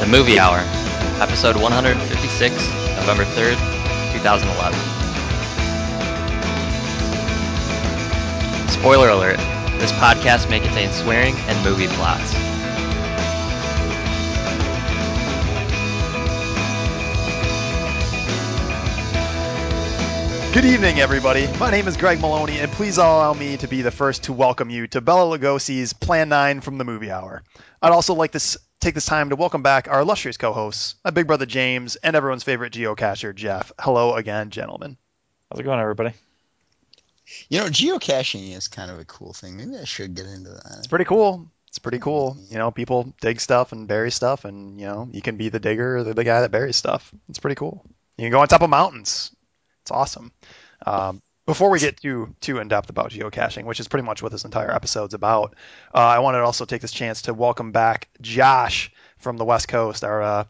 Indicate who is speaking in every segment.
Speaker 1: The Movie Hour, episode 156, November 3rd, 2011. Spoiler alert this podcast may contain swearing and movie plots.
Speaker 2: Good evening, everybody. My name is Greg Maloney, and please allow me to be the first to welcome you to Bella Lugosi's Plan 9 from the Movie Hour. I'd also like to s- take this time to welcome back our illustrious co hosts, my big brother James, and everyone's favorite geocacher, Jeff. Hello again, gentlemen.
Speaker 3: How's it going, everybody?
Speaker 4: You know, geocaching is kind of a cool thing. Maybe I should get into that.
Speaker 2: It's pretty cool. It's pretty cool. You know, people dig stuff and bury stuff, and, you know, you can be the digger or the, the guy that buries stuff. It's pretty cool. You can go on top of mountains. It's awesome. Um, before we get too too in depth about geocaching, which is pretty much what this entire episode's about, uh, I wanted to also take this chance to welcome back Josh from the West Coast, our uh,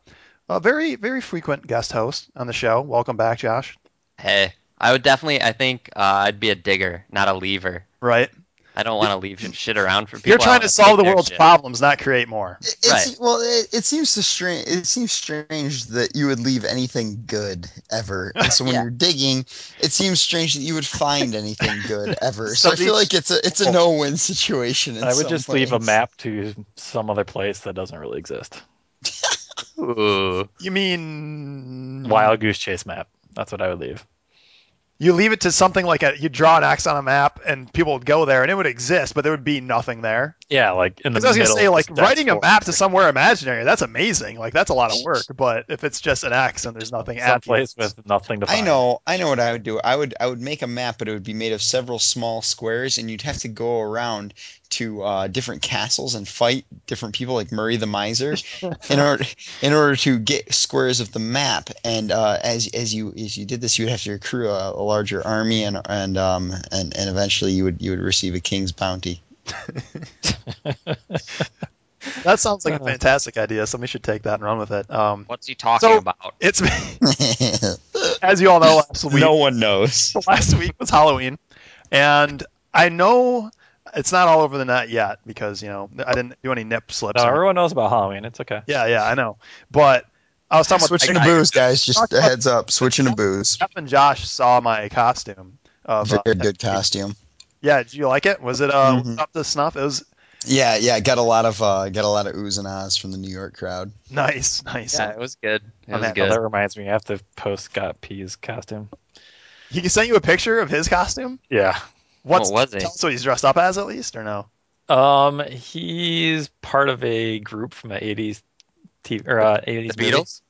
Speaker 2: a very very frequent guest host on the show. Welcome back, Josh.
Speaker 1: Hey, I would definitely, I think uh, I'd be a digger, not a lever.
Speaker 2: Right?
Speaker 1: I don't want to leave shit around for people.
Speaker 2: You're
Speaker 1: I
Speaker 2: trying
Speaker 1: wanna
Speaker 2: to solve
Speaker 1: take
Speaker 2: the
Speaker 1: their
Speaker 2: world's
Speaker 1: shit.
Speaker 2: problems, not create more.
Speaker 4: It, it's,
Speaker 1: Right.
Speaker 4: Well, it, it seems to strange. It seems strange that you would leave anything good ever. And so when
Speaker 1: Yeah.
Speaker 4: you're digging, it seems strange that you would find anything good ever. So, I
Speaker 2: Somebody-
Speaker 4: feel like it's a it's a no-win situation. In
Speaker 3: Oh. I would
Speaker 4: some
Speaker 3: just leave a
Speaker 4: ways.
Speaker 3: map to some other place that doesn't really exist.
Speaker 1: Ooh.
Speaker 2: You mean
Speaker 3: Wild goose chase map. That's what I would leave.
Speaker 2: You leave it to something like a you draw an X on a map, and people would go there, and it would exist, but there would be nothing there.
Speaker 3: Yeah, like in the
Speaker 2: Because I was
Speaker 3: middle.
Speaker 2: gonna say,
Speaker 3: of
Speaker 2: like
Speaker 3: this dense
Speaker 2: writing a
Speaker 3: forest.
Speaker 2: map to somewhere imaginary, that's amazing. Like that's a lot of work. But if it's just an X and there's nothing at the-
Speaker 3: someplace with nothing to find.
Speaker 4: I know, I know what I would do. I would I would make a map, but it would be made of several small squares, and you'd have to go around to uh, different castles and fight different people, like Murray the Miser, in order in order to get squares of the map. And uh, as as you as you did this, you would have to accrue a, a larger army, and and um and, and eventually you would you would receive a king's bounty.
Speaker 2: that sounds like a fantastic idea. Somebody should take that and run with it. Um,
Speaker 1: What's he talking
Speaker 2: So-
Speaker 1: about?
Speaker 2: it's as you all know, last week,
Speaker 4: no one knows.
Speaker 2: last week was Halloween, and I know it's not all over the net yet because you know I didn't do any nip slips.
Speaker 3: No,
Speaker 2: or-
Speaker 3: everyone knows about Halloween. It's okay.
Speaker 2: yeah, yeah, I know. But I was talking about
Speaker 4: Switching
Speaker 2: I-
Speaker 4: to
Speaker 2: I-
Speaker 4: booze, guys. Just a heads up. Switching to booze.
Speaker 2: Jeff and Josh saw my costume. Of, uh,
Speaker 4: Very good costume.
Speaker 2: Yeah, did you like it? Was it uh,
Speaker 4: Mhm.
Speaker 2: up to snuff? It was
Speaker 4: Yeah, yeah, got a lot of uh, got a lot of oohs and ahs from the New York crowd.
Speaker 2: nice, nice.
Speaker 1: Yeah, it was good. It
Speaker 2: I'm
Speaker 1: was
Speaker 2: at-
Speaker 3: Well, that
Speaker 1: good.
Speaker 3: reminds me, I have to post Scott P's costume.
Speaker 2: He sent you a picture of his costume.
Speaker 3: Yeah.
Speaker 2: What's,
Speaker 1: Oh, What was it?
Speaker 2: tell us what he's dressed up as, at least, or no?
Speaker 3: Um, he's part of a group from the '80s TV or uh, '80s
Speaker 1: The Beatles?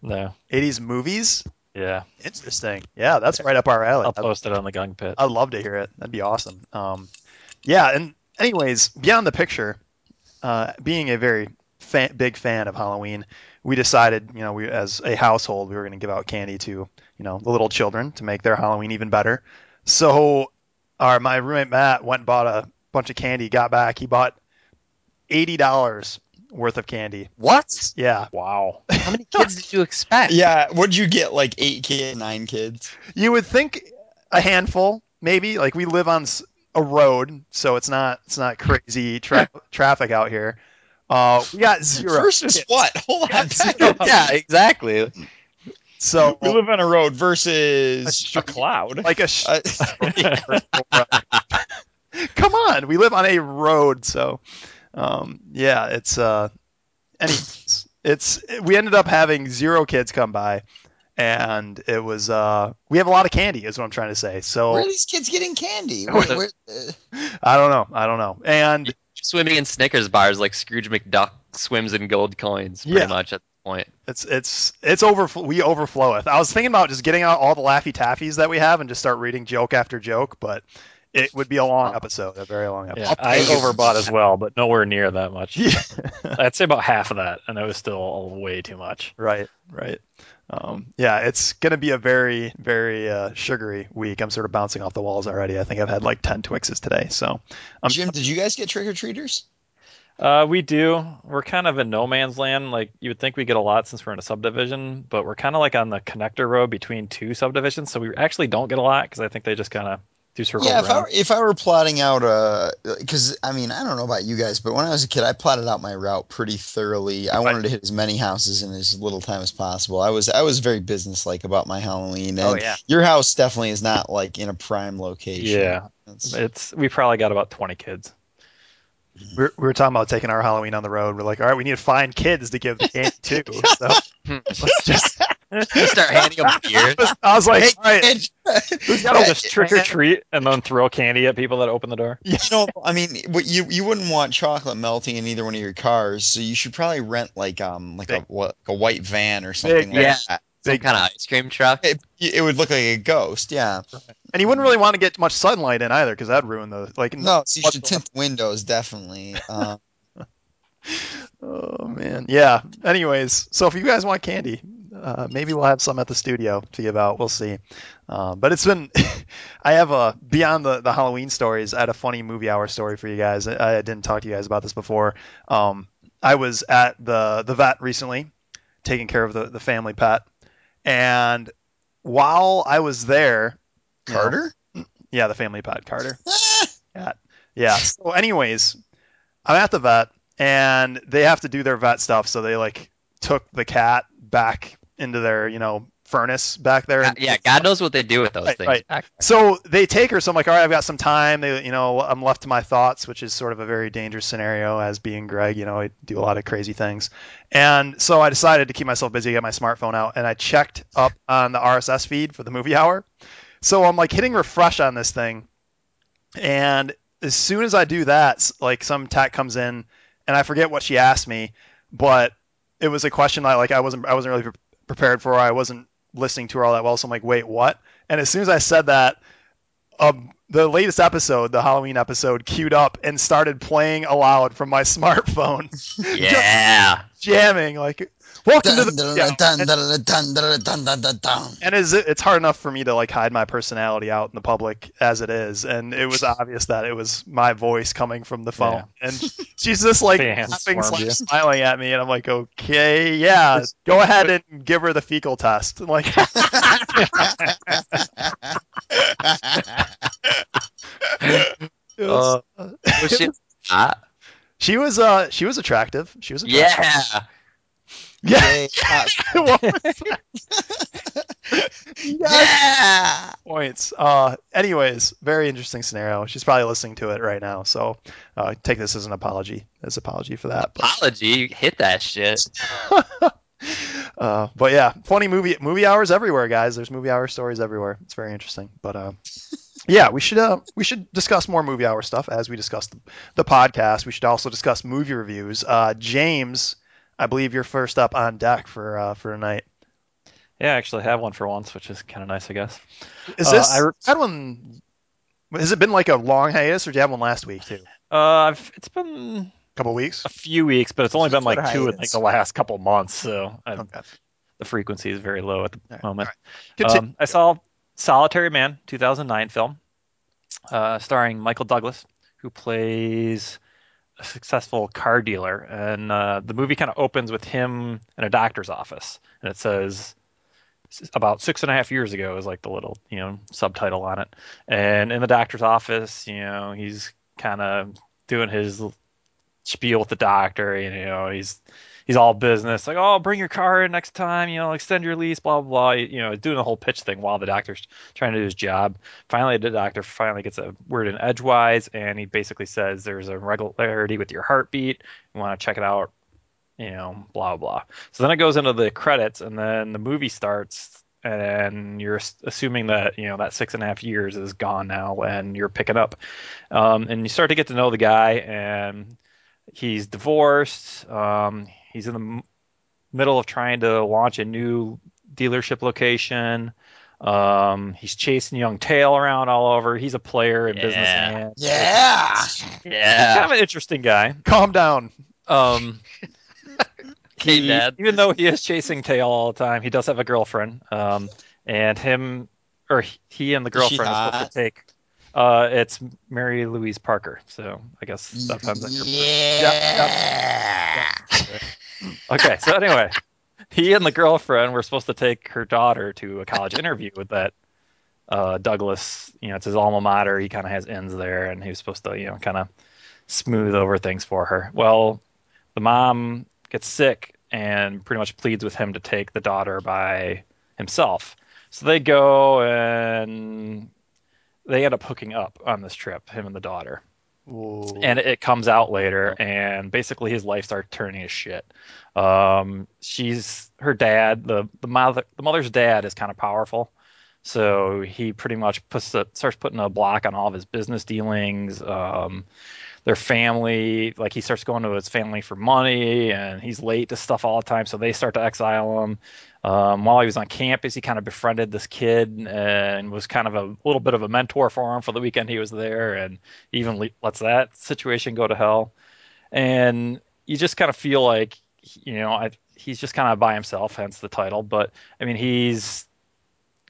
Speaker 3: movie. No.
Speaker 2: 80s movies.
Speaker 3: Yeah.
Speaker 2: Interesting. Yeah, that's right up our alley.
Speaker 3: I'll post it on the Gung Pit.
Speaker 2: I'd love to hear it. That'd be awesome. Um, yeah, and anyways, beyond the picture, uh, being a very fan, big fan of Halloween, we decided, you know, we as a household, we were going to give out candy to, you know, the little children to make their Halloween even better. So, our my roommate Matt went and bought a bunch of candy, got back, he bought eighty dollars worth of candy.
Speaker 1: What?
Speaker 2: Yeah,
Speaker 3: Wow.
Speaker 1: How many kids did you expect?
Speaker 4: Yeah, what'd you get? Like eight kids, nine kids.
Speaker 2: you would think a handful, maybe. Like we live on s- a road, so it's not it's not crazy tra- traffic out here. Uh, we got zero.
Speaker 4: Versus what? Hold on.
Speaker 2: zero.
Speaker 1: yeah, exactly.
Speaker 2: So
Speaker 4: We live on a road versus
Speaker 2: That's
Speaker 4: a cloud.
Speaker 2: like a sh-
Speaker 4: Uh,
Speaker 2: come on, we live on a road, so um, yeah, it's uh, anyways, it's we ended up having zero kids come by, and it was uh, we have a lot of candy, is what I'm trying to say. So
Speaker 4: where are these kids getting candy? Where, where, uh,
Speaker 2: I don't know, I don't know, and
Speaker 1: Swimming in Snickers bars like Scrooge McDuck swims in gold coins, pretty
Speaker 2: Yeah.
Speaker 1: much at this point.
Speaker 2: It's it's it's overflow. We overfloweth. I was thinking about just getting out all the Laffy Taffies that we have and just start reading joke after joke, but it would be a long episode, a very long episode.
Speaker 3: Yeah, I
Speaker 4: pay you.
Speaker 3: overbought as well, but nowhere near that much.
Speaker 2: Yeah.
Speaker 3: I'd say about half of that, and that was still way too much.
Speaker 2: Right, right. Um, yeah, it's gonna be a very very uh, sugary week. I'm sort of bouncing off the walls already. I think I've had like ten Twixes today. So I'm-
Speaker 4: Jim, did you guys get trick or treaters?
Speaker 3: Uh, we do. We're kind of in no man's land. Like you would think we get a lot since we're in a subdivision, but we're kind of like on the connector road between two subdivisions, so we actually don't get a lot because I think they just kind of through circle
Speaker 4: Yeah, if I,
Speaker 3: round.
Speaker 4: were- if I were plotting out a, because I mean I don't know about you guys, but when I was a kid, I plotted out my route pretty thoroughly. I wanted to hit as many houses in as little time as possible. I was I was very businesslike about my Halloween. And
Speaker 1: Oh, yeah.
Speaker 4: Your house definitely is not like in a prime location.
Speaker 3: yeah,
Speaker 4: It's-
Speaker 3: it's we probably got about twenty kids.
Speaker 2: We were, we were talking about taking our Halloween on the road. We're like, all right, we need to find kids to give the game to. So let's just,
Speaker 1: You start handing them beer.
Speaker 2: I was like,
Speaker 4: Hey,
Speaker 2: all right,
Speaker 4: and-
Speaker 3: We gotta just trick or treat and then throw candy at people that open the door.
Speaker 4: you know, I mean, what you you wouldn't want chocolate melting in either one of your cars, so you should probably rent like um like a
Speaker 2: Big-
Speaker 4: what a white van or something like
Speaker 1: yeah.
Speaker 4: that.
Speaker 1: Some
Speaker 2: big-
Speaker 1: kind of ice cream truck.
Speaker 4: It, it would look like a ghost, yeah.
Speaker 2: and you wouldn't really want to get much sunlight in either because that'd ruin the like.
Speaker 4: No, so you should tint the windows definitely. Um,
Speaker 2: Oh man, yeah. Anyways, so if you guys want candy, uh, maybe we'll have some at the studio to give out. We'll see. Uh, but it's been, I have a beyond the, the Halloween stories. I had a funny movie hour story for you guys. I, I didn't talk to you guys about this before. Um, I was at the the vet recently, taking care of the the family pet, and while I was there, you know-
Speaker 4: Carter?
Speaker 2: yeah, the family pet Carter. Yeah. So, anyways, I'm at the vet, and they have to do their vet stuff. So they like took the cat back into their, you know, furnace back there.
Speaker 1: God-
Speaker 2: And,
Speaker 1: yeah, God knows what they do with those
Speaker 2: Right,
Speaker 1: things.
Speaker 2: right.
Speaker 1: back there.
Speaker 2: So they take her. So I'm like, all right, I've got some time. They, you know, I'm left to my thoughts, which is sort of a very dangerous scenario. As being Greg, you know, I do a lot of crazy things, and so I decided to keep myself busy, get my smartphone out, and I checked up on the RSS feed for the movie hour. So I'm like hitting refresh on this thing, and as soon as I do that, s- like some tat comes in, and I forget what she asked me, but it was a question I like I wasn't I wasn't really pre- prepared for. I wasn't listening to her all that well, so I'm like, wait, what? And as soon as I said that, um, the latest episode, the Halloween episode, queued up and started playing aloud from my smartphone,
Speaker 1: Yeah.
Speaker 2: jamming like, "Welcome to the." Yeah.
Speaker 4: That's
Speaker 2: and is it's hard enough for me to like hide my personality out in the public as it is and it was obvious that it was my voice coming from the phone and she's just like
Speaker 3: Fans
Speaker 2: laughing
Speaker 3: swarmed
Speaker 2: slash
Speaker 3: you.
Speaker 2: smiling at me and i'm like okay yeah go ahead and give her the fecal test I'm like
Speaker 1: Uh, Was she hot?
Speaker 2: she was uh she was attractive she was attractive.
Speaker 1: Yeah.
Speaker 2: yeah Well,
Speaker 4: yeah.
Speaker 2: points uh anyways very interesting scenario she's probably listening to it right now so uh take this as an apology as apology for that but-
Speaker 1: Apology. Hit that shit.
Speaker 2: uh, but yeah, funny movie movie hours everywhere, guys. There's movie hour stories everywhere. It's very interesting. But uh, yeah, we should uh, we should discuss more movie hour stuff as we discuss the, the podcast. We should also discuss movie reviews. Uh, James, I believe you're first up on deck for uh, for tonight.
Speaker 3: Yeah, I actually have one for once, which is kind of nice, I guess.
Speaker 2: Is
Speaker 3: Uh,
Speaker 2: this
Speaker 3: I re-
Speaker 2: had one? Has it been like a long hiatus, or did you have one last week too? A
Speaker 3: Uh, I've, it's been
Speaker 2: couple weeks.
Speaker 3: a few weeks, but it's only been like
Speaker 4: That's what
Speaker 3: two in
Speaker 4: hiatus.
Speaker 3: like the last couple months, so i
Speaker 2: Okay.
Speaker 3: the frequency is very low at the
Speaker 2: All right,
Speaker 3: moment.
Speaker 2: Continue.
Speaker 3: Um, I saw Solitary Man, 2009 film, uh, starring Michael Douglas, who plays a successful car dealer. And uh, the movie kind of opens with him in a doctor's office. And it says, s- about six and a half years ago is like the little, you know, subtitle on it. And in the doctor's office, you know, he's kind of doing his l- spiel with the doctor. And, you know, he's he's all business, like, oh, bring your car in next time, you know, extend your lease, blah, blah, blah. You know, doing the whole pitch thing while the doctor's trying to do his job. Finally, the doctor finally gets a word in edgewise, and he basically says there's a regularity with your heartbeat. You want to check it out, you know, blah, blah. So then it goes into the credits, and then the movie starts. And you're ass- assuming that you know that six and a half years is gone now, and you're picking up, um, and you start to get to know the guy, and he's divorced. Um, he's in the m- middle of trying to launch a new dealership location. Um, he's chasing young tail around all over. He's a player and
Speaker 1: Yeah.
Speaker 3: businessman.
Speaker 4: Yeah.
Speaker 3: He's kind
Speaker 1: Yeah.
Speaker 3: of an interesting guy.
Speaker 2: Calm down.
Speaker 3: Um,
Speaker 1: Hey,
Speaker 3: he-
Speaker 1: Dad.
Speaker 3: even though he is chasing tail all the time, he does have a girlfriend. Um, and him or he and the
Speaker 4: Is she
Speaker 3: girlfriend are supposed
Speaker 4: hot?
Speaker 3: to take. Uh, it's Mary Louise Parker. So I guess sometimes I can
Speaker 4: Yeah.
Speaker 3: Okay, so anyway, he and the girlfriend were supposed to take her daughter to a college interview with that uh, Douglas, you know, it's his alma mater. He kind of has ends there, and he was supposed to, you know, kind of smooth over things for her. Well, the mom gets sick and pretty much pleads with him to take the daughter by himself. So they go and they end up hooking up on this trip, him and the daughter.
Speaker 2: Whoa.
Speaker 3: And it comes out later, and basically his life starts turning to shit. Um, she's her dad, the the mother, the mother's dad is kind of powerful, so he pretty much puts a, starts putting a block on all of his business dealings. Um, their family, like he starts going to his family for money, and he's late to stuff all the time, so they start to exile him. Um, while he was on campus, he kind of befriended this kid and was kind of a little bit of a mentor for him for the weekend he was there, and even le- lets that situation go to hell. And you just kind of feel like, you know, I, he's just kind of by himself, hence the title. But I mean, he's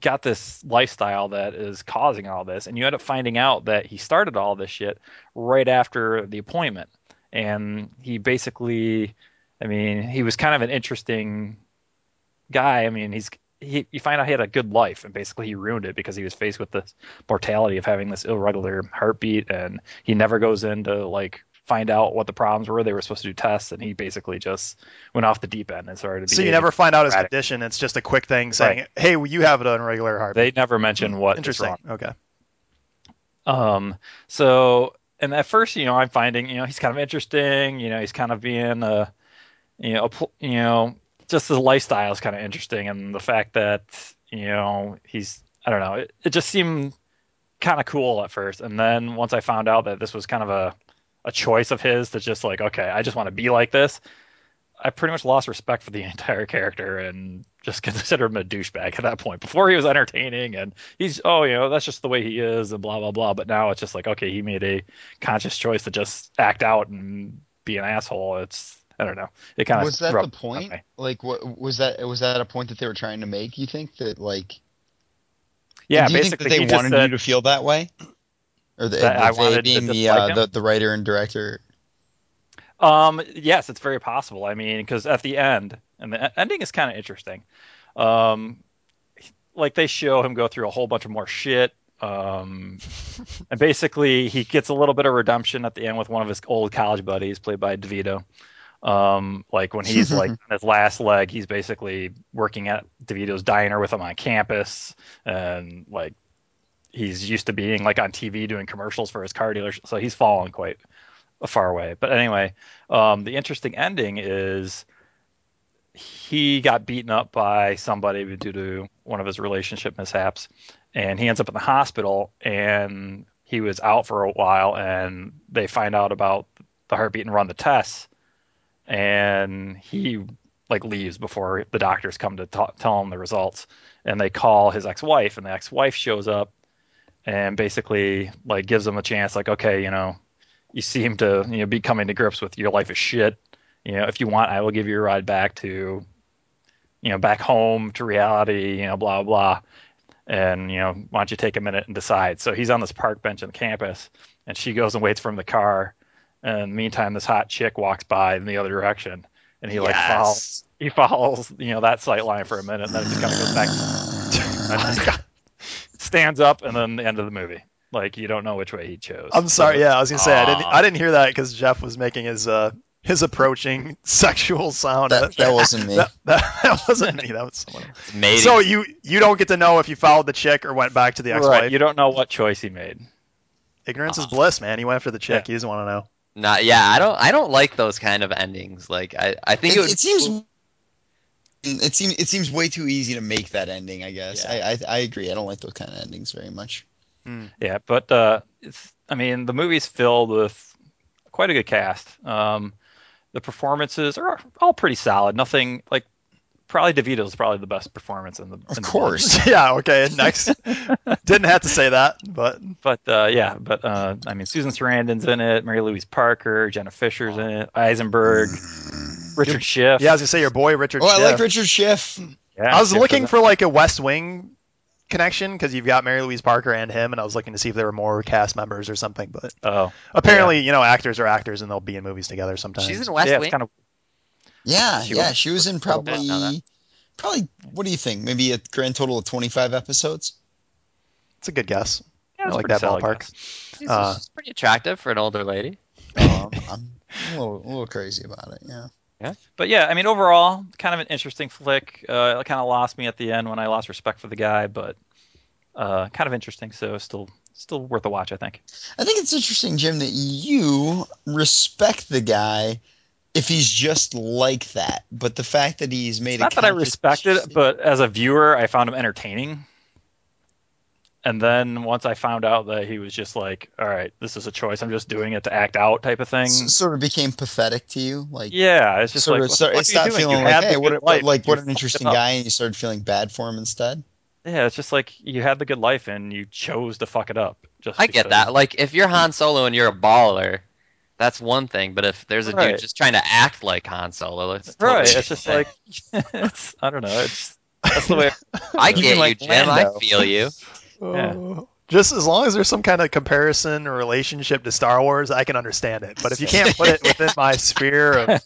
Speaker 3: got this lifestyle that is causing all this, and you end up finding out that he started all this shit right after the appointment, and he basically, I mean, he was kind of an interesting guy. I mean, he's he you find out he had a good life, and basically he ruined it because he was faced with the mortality of having this irregular heartbeat, and he never goes in to like find out what the problems were. They were supposed to do tests, and he basically just went off the deep end and started.
Speaker 2: So you
Speaker 3: behaving
Speaker 2: never find out his
Speaker 3: erratic.
Speaker 2: condition. It's just a quick thing saying, "Hey, well, you have an irregular heartbeat."
Speaker 3: They never mention what is
Speaker 2: Interesting.
Speaker 3: wrong.
Speaker 2: Okay.
Speaker 3: Um, so, and at first, you know, I'm finding, you know, he's kind of interesting. You know, he's kind of being a, you know, a, pl- you know, just his lifestyle is kind of interesting, and the fact that you know he's, I don't know, it, it just seemed kind of cool at first, and then once I found out that this was kind of a, a choice of his to just like, okay, I just want to be like this. I pretty much lost respect for the entire character and just considered him a douchebag at that point. Before he was entertaining and he's oh you know that's just the way he is and blah blah blah but now it's just like okay he made a conscious choice to just act out and be an asshole it's i don't know it kind of
Speaker 4: was that the point? Like, what was that? Was that a point that they were trying to make? You think that like,
Speaker 3: yeah
Speaker 4: do you
Speaker 3: basically
Speaker 4: think
Speaker 3: he
Speaker 4: that they
Speaker 3: just
Speaker 4: wanted
Speaker 3: said-
Speaker 4: you to feel that way, or the,
Speaker 3: That I
Speaker 4: they
Speaker 3: wanted to
Speaker 4: being the,
Speaker 3: dislike
Speaker 4: uh,
Speaker 3: him?
Speaker 4: the the writer and director?
Speaker 3: Um, yes, it's very possible. I mean, because at the end, and the e- ending is kind of interesting. Um, he- like they show him go through a whole bunch of more shit. Um, and basically he gets a little bit of redemption at the end with one of his old college buddies, played by DeVito. Um, like when he's like on his last leg, he's basically working at DeVito's diner with him on campus, and like he's used to being like on TV doing commercials for his car dealership, so he's fallen quite far away. But anyway, um, the interesting ending is he got beaten up by somebody due to one of his relationship mishaps, and he ends up in the hospital. And he was out for a while, and they find out about the heartbeat and run the tests, and he like leaves before the doctors come to ta tell him the results. And they call his ex-wife, and the ex-wife shows up and basically like gives him a chance, like, okay, you know, you seem to you know be coming to grips with your life is shit. You know, if you want, I will give you a ride back to, you know, back home to reality. You know, blah blah. And you know, why don't you take a minute and decide? So he's on this park bench on campus, and she goes and waits for him in the car. And meantime, this hot chick walks by in the other direction, and he like follows. He follows, you know, that sight line for a minute, and then it just kind of goes back. stands up, and then the end of the movie. Like you don't know which way he chose.
Speaker 2: I'm sorry. Yeah, I was gonna say I didn't.
Speaker 1: Aw.
Speaker 2: I didn't hear that because Jeff was making his uh his approaching sexual sound.
Speaker 4: That that wasn't me.
Speaker 2: that, that, that wasn't me. That was someone. else.
Speaker 1: It's mating.
Speaker 2: So you you don't get to know if you followed the chick or went back to the ex-wife.
Speaker 3: Right, Ah. you don't know what choice he made.
Speaker 2: Ignorance is
Speaker 1: Uh-huh.
Speaker 2: bliss, man. He went after the chick. He doesn't want to know.
Speaker 1: Not yeah, I don't I don't like those kind of endings. Like I, I think
Speaker 4: It,
Speaker 1: it, would
Speaker 4: it seems. It seems it seems way too easy to make that ending. I guess I, I I agree. I don't like those kind of endings very much.
Speaker 3: Yeah, but uh, it's, I mean, the movie's filled with quite a good cast. Um, the performances are all pretty solid. Nothing like probably DeVito's probably the best performance in the.
Speaker 4: Of
Speaker 3: in the
Speaker 4: course.
Speaker 2: yeah. Okay. Next. didn't have to say that, but
Speaker 3: But uh, yeah, but uh, I mean, Susan Sarandon's in it, Mary Louise Parker, Jenna Fisher's in it, Eisenberg, Richard Schiff.
Speaker 2: Mm. yeah, I was gonna say your boy Richard.
Speaker 4: Oh, I like
Speaker 2: Schiff.
Speaker 4: Richard Schiff.
Speaker 3: Yeah,
Speaker 2: I was
Speaker 3: Schiff
Speaker 2: looking
Speaker 3: is
Speaker 2: for like a West Wing connection because you've got Mary Louise Parker and him, and I was looking to see if there were more cast members or something. But
Speaker 3: in- Oh,
Speaker 2: apparently, you know, actors are actors, and they'll be in movies together sometimes.
Speaker 1: she's in West
Speaker 3: yeah, it's
Speaker 1: Wing.
Speaker 3: kind of
Speaker 4: Yeah,
Speaker 3: She
Speaker 4: yeah,
Speaker 3: was-
Speaker 4: she was in
Speaker 1: was a little bit now
Speaker 4: probably
Speaker 1: that-
Speaker 4: probably what do you think? Maybe a grand total of 25 episodes.
Speaker 2: It's a good guess.
Speaker 3: Yeah,
Speaker 2: I
Speaker 3: it's
Speaker 2: like
Speaker 3: pretty
Speaker 2: that
Speaker 3: solid
Speaker 2: ballpark.
Speaker 3: guess.
Speaker 1: She's,
Speaker 2: Uh,
Speaker 1: she's pretty attractive for an older lady.
Speaker 4: Um, I'm a little, a little crazy about it. Yeah.
Speaker 3: But yeah, I mean, overall, kind of an interesting flick. Uh, it kind of lost me at the end when I lost respect for the guy, but uh, kind of interesting. So still, still worth a watch, I think.
Speaker 4: I think it's interesting, Jim, that you respect the guy if he's just like that, but the fact that he's made
Speaker 3: It's
Speaker 4: a
Speaker 3: not that I
Speaker 4: conscious-
Speaker 3: respected it, but as a viewer, I found him entertaining. And then once I found out that he was just like, all right, this is a choice. I'm just doing it to act out type of thing.
Speaker 4: s- sort of became pathetic to you, like
Speaker 3: yeah, it's just
Speaker 4: sort
Speaker 3: like
Speaker 4: of
Speaker 3: what
Speaker 4: start,
Speaker 3: the fuck
Speaker 4: it
Speaker 3: are you
Speaker 4: stopped
Speaker 3: doing? You
Speaker 4: feeling like
Speaker 3: had the
Speaker 4: hey, what,
Speaker 3: good
Speaker 4: what-
Speaker 3: life.
Speaker 4: like
Speaker 3: You
Speaker 4: what
Speaker 3: fucked
Speaker 4: an
Speaker 3: it
Speaker 4: interesting
Speaker 3: up.
Speaker 4: guy, and you started feeling bad for him instead.
Speaker 3: Yeah, it's just like you had the good life and you chose to fuck it up. Just
Speaker 1: I get
Speaker 3: because.
Speaker 1: that. Like, if you're Han Solo and you're a baller, that's one thing. But if there's a
Speaker 3: Right.
Speaker 1: dude just trying to act like Han Solo, it's totally
Speaker 3: Right. It's
Speaker 1: different
Speaker 3: just
Speaker 1: thing.
Speaker 3: like it's, I don't know. It's that's the way.
Speaker 1: I
Speaker 4: Even
Speaker 1: get
Speaker 4: like
Speaker 1: you, Jim.
Speaker 4: Lando.
Speaker 1: I feel you.
Speaker 3: Yeah.
Speaker 2: Oh. Just as long as there's some kind of comparison or relationship to Star Wars, I can understand it. But if you can't put it within my sphere of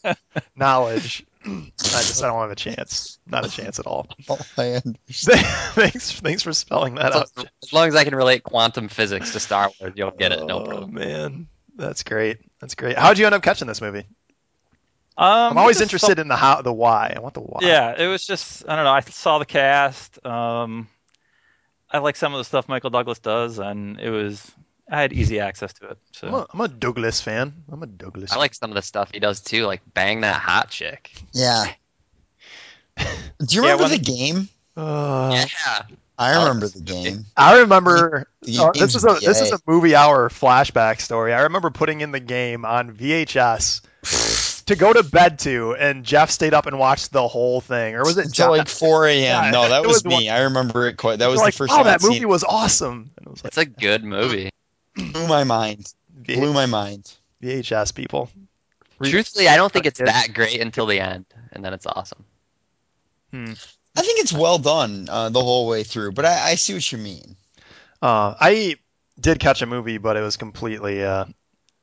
Speaker 2: knowledge, I just I don't have a chance. Not a chance at all.
Speaker 4: Oh, I understand.
Speaker 2: thanks, thanks for spelling that out.
Speaker 1: So, as long as I can relate quantum physics to Star Wars, you'll get it. No
Speaker 2: Oh,
Speaker 1: problem.
Speaker 2: man, that's great. That's great. How'd you end up catching this movie?
Speaker 3: Um,
Speaker 2: I'm always
Speaker 3: just
Speaker 2: interested in the how, the why. I want the why.
Speaker 3: some- yeah, it was just I don't know. I saw the cast. Um, I like some of the stuff Michael Douglas does, and it was I had easy access to it. So
Speaker 2: I'm a, I'm a Douglas fan. I'm a Douglas.
Speaker 1: I like some of the stuff he does too, like bang that hot chick.
Speaker 4: yeah. Do you
Speaker 3: Yeah,
Speaker 4: remember
Speaker 3: when-
Speaker 4: the game?
Speaker 2: Uh,
Speaker 1: yeah.
Speaker 4: I
Speaker 1: Oh,
Speaker 4: remember
Speaker 1: it's
Speaker 4: the
Speaker 1: stupid.
Speaker 4: game.
Speaker 2: I remember
Speaker 4: The
Speaker 2: Oh, this
Speaker 4: game's
Speaker 2: is a this is
Speaker 4: gay.
Speaker 2: a movie hour flashback story. I remember putting in the game on VHS to go to bed to, and Jeff stayed up and watched the whole thing. Or was it
Speaker 4: until
Speaker 2: Jeff?
Speaker 4: like 4 a.m.
Speaker 2: Yeah,
Speaker 4: no, that
Speaker 2: it
Speaker 4: was,
Speaker 2: was one-
Speaker 4: me. I remember it quite. That was
Speaker 2: like,
Speaker 4: the first
Speaker 2: oh,
Speaker 4: time I'd
Speaker 2: that
Speaker 4: seen
Speaker 2: movie was awesome. And it was like
Speaker 1: It's a good movie.
Speaker 4: it. Blew my mind. Blew
Speaker 2: v-
Speaker 4: my mind.
Speaker 2: VHS people.
Speaker 1: Truthfully, I don't think it's
Speaker 2: Yeah.
Speaker 1: that great until the end, and then it's awesome.
Speaker 4: I think it's well done uh, the whole way through, but I, I see what you mean.
Speaker 2: Uh, I did catch a movie, but it was completely. Uh,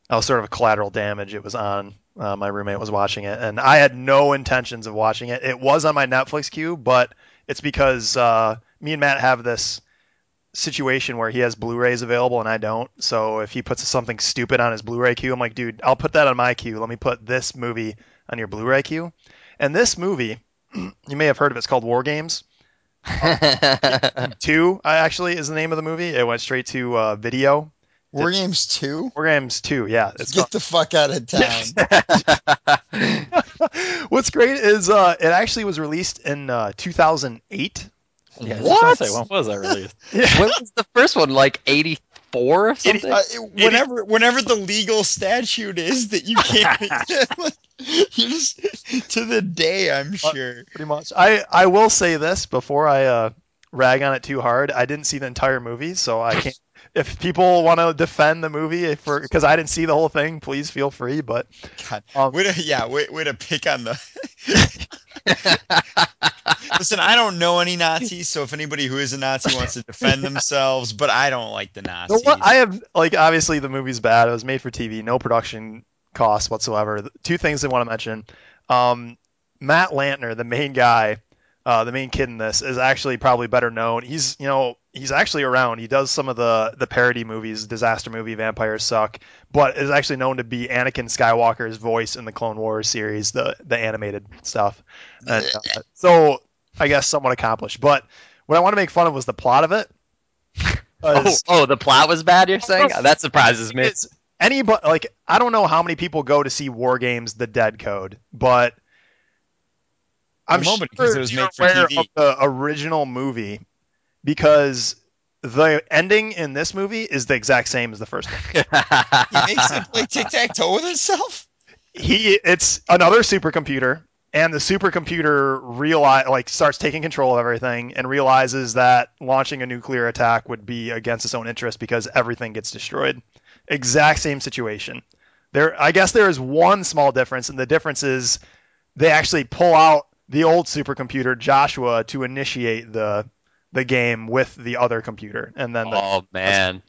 Speaker 2: I was sort of collateral damage. It was on. Uh, my roommate was watching it, and I had no intentions of watching it. It was on my Netflix queue, but it's because uh, me and Matt have this situation where he has Blu-rays available and I don't. So if he puts something stupid on his Blu-ray queue, I'm like, dude, I'll put that on my queue. Let me put this movie on your Blu-ray queue. And this movie, you may have heard of it. It's called War Games. Two, I actually is the name of the movie. It went straight to uh, video.
Speaker 4: War Games 2?
Speaker 2: War Games Two, yeah. It's
Speaker 4: Get the fuck out of town.
Speaker 2: uh, What's great is uh, it actually was released in uh, 2008.
Speaker 3: yeah, I was just gonna
Speaker 1: what?
Speaker 3: Say, when was that released?
Speaker 2: Yeah.
Speaker 1: when was the first one? Like eighty four or something?
Speaker 4: Uh, it- whenever, whenever the legal statute is that you can't, like, you just to the day. I'm sure.
Speaker 2: pretty much. I, I will say this before I uh, rag on it too hard. I didn't see the entire movie, so I can't. if people want to defend the movie for because I didn't see the whole thing, please feel free. But
Speaker 4: God,
Speaker 2: Um,
Speaker 4: way to, yeah, way, way to pick on the. Listen, I don't know any Nazis, so if anybody who is a Nazi wants to defend themselves, but I don't like the
Speaker 2: So
Speaker 4: Nazis.
Speaker 2: what I have like obviously the movie's bad. It was made for TV, no production cost whatsoever. The- Two things I want to mention: um, Matt Lantner, the main guy, uh, the main kid in this, is actually probably better known. He's you know he's actually around. He does some of the the parody movies, disaster movie, vampires suck, but is actually known to be Anakin Skywalker's voice in the Clone Wars series, the the animated stuff. And, uh, so I guess somewhat accomplished. But what I want to make fun of was the plot of it.
Speaker 1: oh,
Speaker 2: Was-
Speaker 1: oh, the plot was bad. You're saying that surprises me.
Speaker 2: it's anybody like I don't know how many people go to see War Games: The Dead Code, but I'm
Speaker 4: Well,
Speaker 2: sure
Speaker 4: nobody, 'cause it was
Speaker 2: you're
Speaker 4: made for
Speaker 2: aware
Speaker 4: TV.
Speaker 2: of the original movie because the ending in this movie is the exact same as the first one.
Speaker 4: he makes it play tic tac toe with himself.
Speaker 2: He it's another supercomputer, and the supercomputer realize like starts taking control of everything and realizes that launching a nuclear attack would be against its own interest because everything gets destroyed. Exact same situation. There, I guess there is one small difference, and the difference is they actually pull out the old supercomputer Joshua to initiate the the game with the other computer, and then the,
Speaker 1: oh man.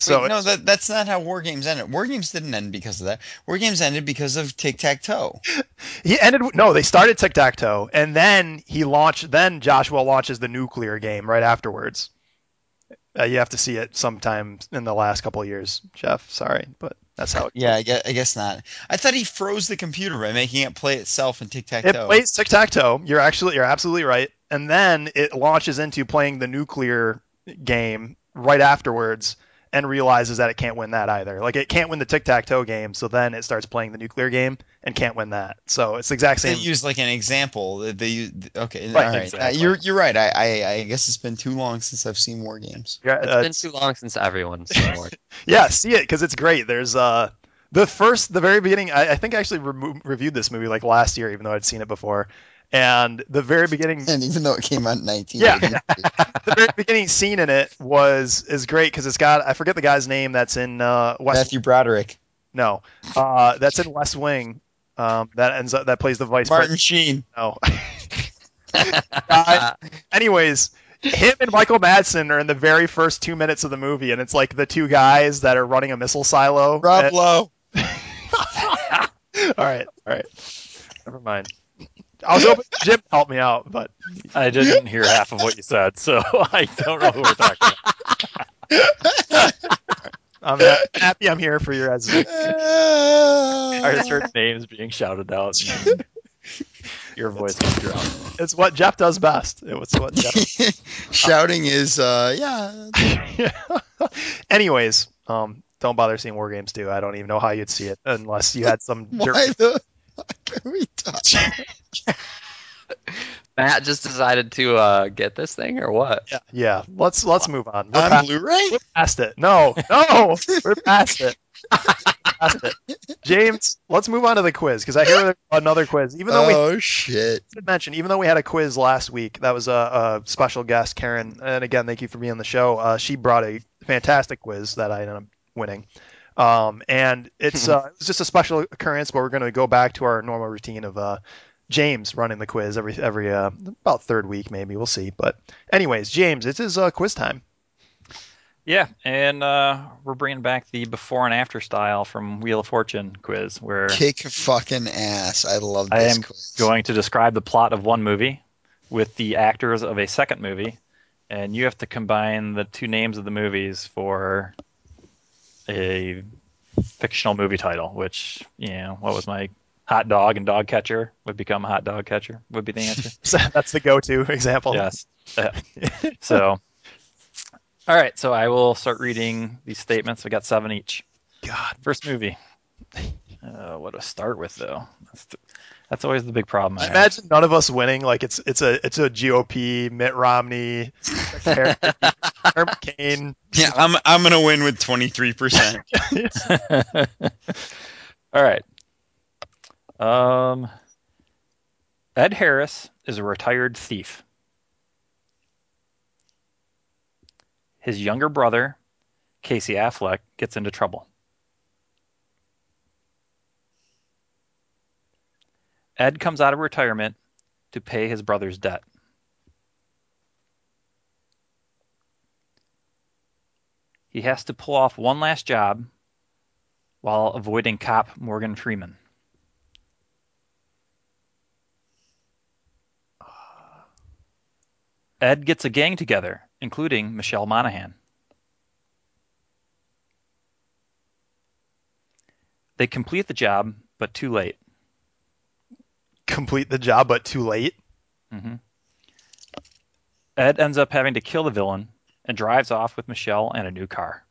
Speaker 2: so
Speaker 4: Wait, no, that, that's not how war games ended. War games didn't end because of that. War games ended because of tic tac toe.
Speaker 2: He ended. No, they started tic tac toe, and then he launched. Then Joshua launches the nuclear game right afterwards. Uh, you have to see it sometime in the last couple of years, Jeff. Sorry, but that's how it.
Speaker 4: Yeah, I guess, I guess not. I thought he froze the computer by making it play itself in tic tac
Speaker 2: It
Speaker 4: toe.
Speaker 2: plays tic tac toe. You're actually you're absolutely right. And then it launches into playing the nuclear game right afterwards and realizes that it can't win that either. Like it can't win the tic tac toe game, so then it starts playing the nuclear game and can't win that. So it's the exact
Speaker 4: They
Speaker 2: same.
Speaker 4: used like an example. They- They used, okay,
Speaker 2: Right,
Speaker 4: all right. Uh,
Speaker 3: exactly.
Speaker 4: you're you're right. I, I I guess it's been too long since I've seen war games.
Speaker 1: Yeah, it's
Speaker 2: Uh,
Speaker 1: been too long since everyone's seen War.
Speaker 2: Yeah, see it because it's great. There's uh the first, the very beginning. I, I think I actually remo reviewed this movie like last year, even though I'd seen it before. And the very beginning,
Speaker 4: And even though it came out in 19,
Speaker 2: the very beginning scene in it was is great because it's got I forget the guy's name that's in uh, West
Speaker 4: Matthew Broderick,
Speaker 2: no uh, that's in West Wing um, that ends up that plays the vice
Speaker 4: Martin Sheen.
Speaker 2: president. No. Uh, anyways, him and Michael Madsen are in the very first two minutes of the movie, and it's like the two guys that are running a missile silo.
Speaker 4: Rob Lowe.
Speaker 2: All right, all right. Never mind. I was hoping Jim helped me out, but
Speaker 3: I didn't hear half of what you said, so I don't know who we're talking about.
Speaker 2: I'm ha- happy I'm here for your guys.
Speaker 3: I
Speaker 4: Ah.
Speaker 3: just heard names being shouted out. and Your voice was drowned.
Speaker 2: It's what Jeff does best. It was what Jeff.
Speaker 4: Shouting is uh yeah.
Speaker 2: Anyways, um, don't bother seeing War Games too. I don't even know how you'd see it unless you had some jerk.
Speaker 4: Why the fuck are we talking?
Speaker 1: Matt just decided to uh, get this thing or what?
Speaker 2: Yeah, yeah. Let's let's move on. We're
Speaker 4: On
Speaker 2: past,
Speaker 4: Blu-ray?
Speaker 2: we're past it. No, no, we're past it. We're Past it. James, let's move on to the quiz because I hear there's another quiz. Even though we
Speaker 4: Oh shit!
Speaker 2: should mention, even though we had a quiz last week, that was a, a special guest, Karen. And again, thank you for being on the show. Uh, she brought a fantastic quiz that I ended up winning. Um, and it's uh, it's just a special occurrence, but we're going to go back to our normal routine of uh, James running the quiz every every uh, about third week, maybe we'll see. But anyways, James, it is uh, quiz time.
Speaker 3: Yeah, and uh, we're bringing back the before and after style from Wheel of Fortune quiz, where
Speaker 4: Kick fucking ass! I love
Speaker 3: I
Speaker 4: this
Speaker 3: am
Speaker 4: quiz.
Speaker 3: going to describe the plot of one movie with the actors of a second movie, and you have to combine the two names of the movies for a fictional movie title. Which, you know, what was my hot dog and dog catcher would become hot dog catcher would be the answer.
Speaker 2: So that's the go-to example.
Speaker 3: yes. Yeah. so, all right. So I will start reading these statements. We got seven each.
Speaker 2: God,
Speaker 3: First movie. Uh, what to start with though? That's, th- that's always the big problem. I have.
Speaker 2: imagine none of us winning. Like it's it's a it's a GOP Mitt Romney, Harry, Herm Cain.
Speaker 4: Yeah, I'm I'm gonna win with 23. percent
Speaker 3: All right. Um, Ed Harris is a retired thief. His younger brother, Casey Affleck, gets into trouble. Ed comes out of retirement to pay his brother's debt. He has to pull off one last job while avoiding cop Morgan Freeman. Ed gets a gang together, including Michelle Monaghan. They complete the job, but too late.
Speaker 2: complete the job, but too late.
Speaker 3: Mhm. Ed ends up having to kill the villain and drives off with Michelle and a new car.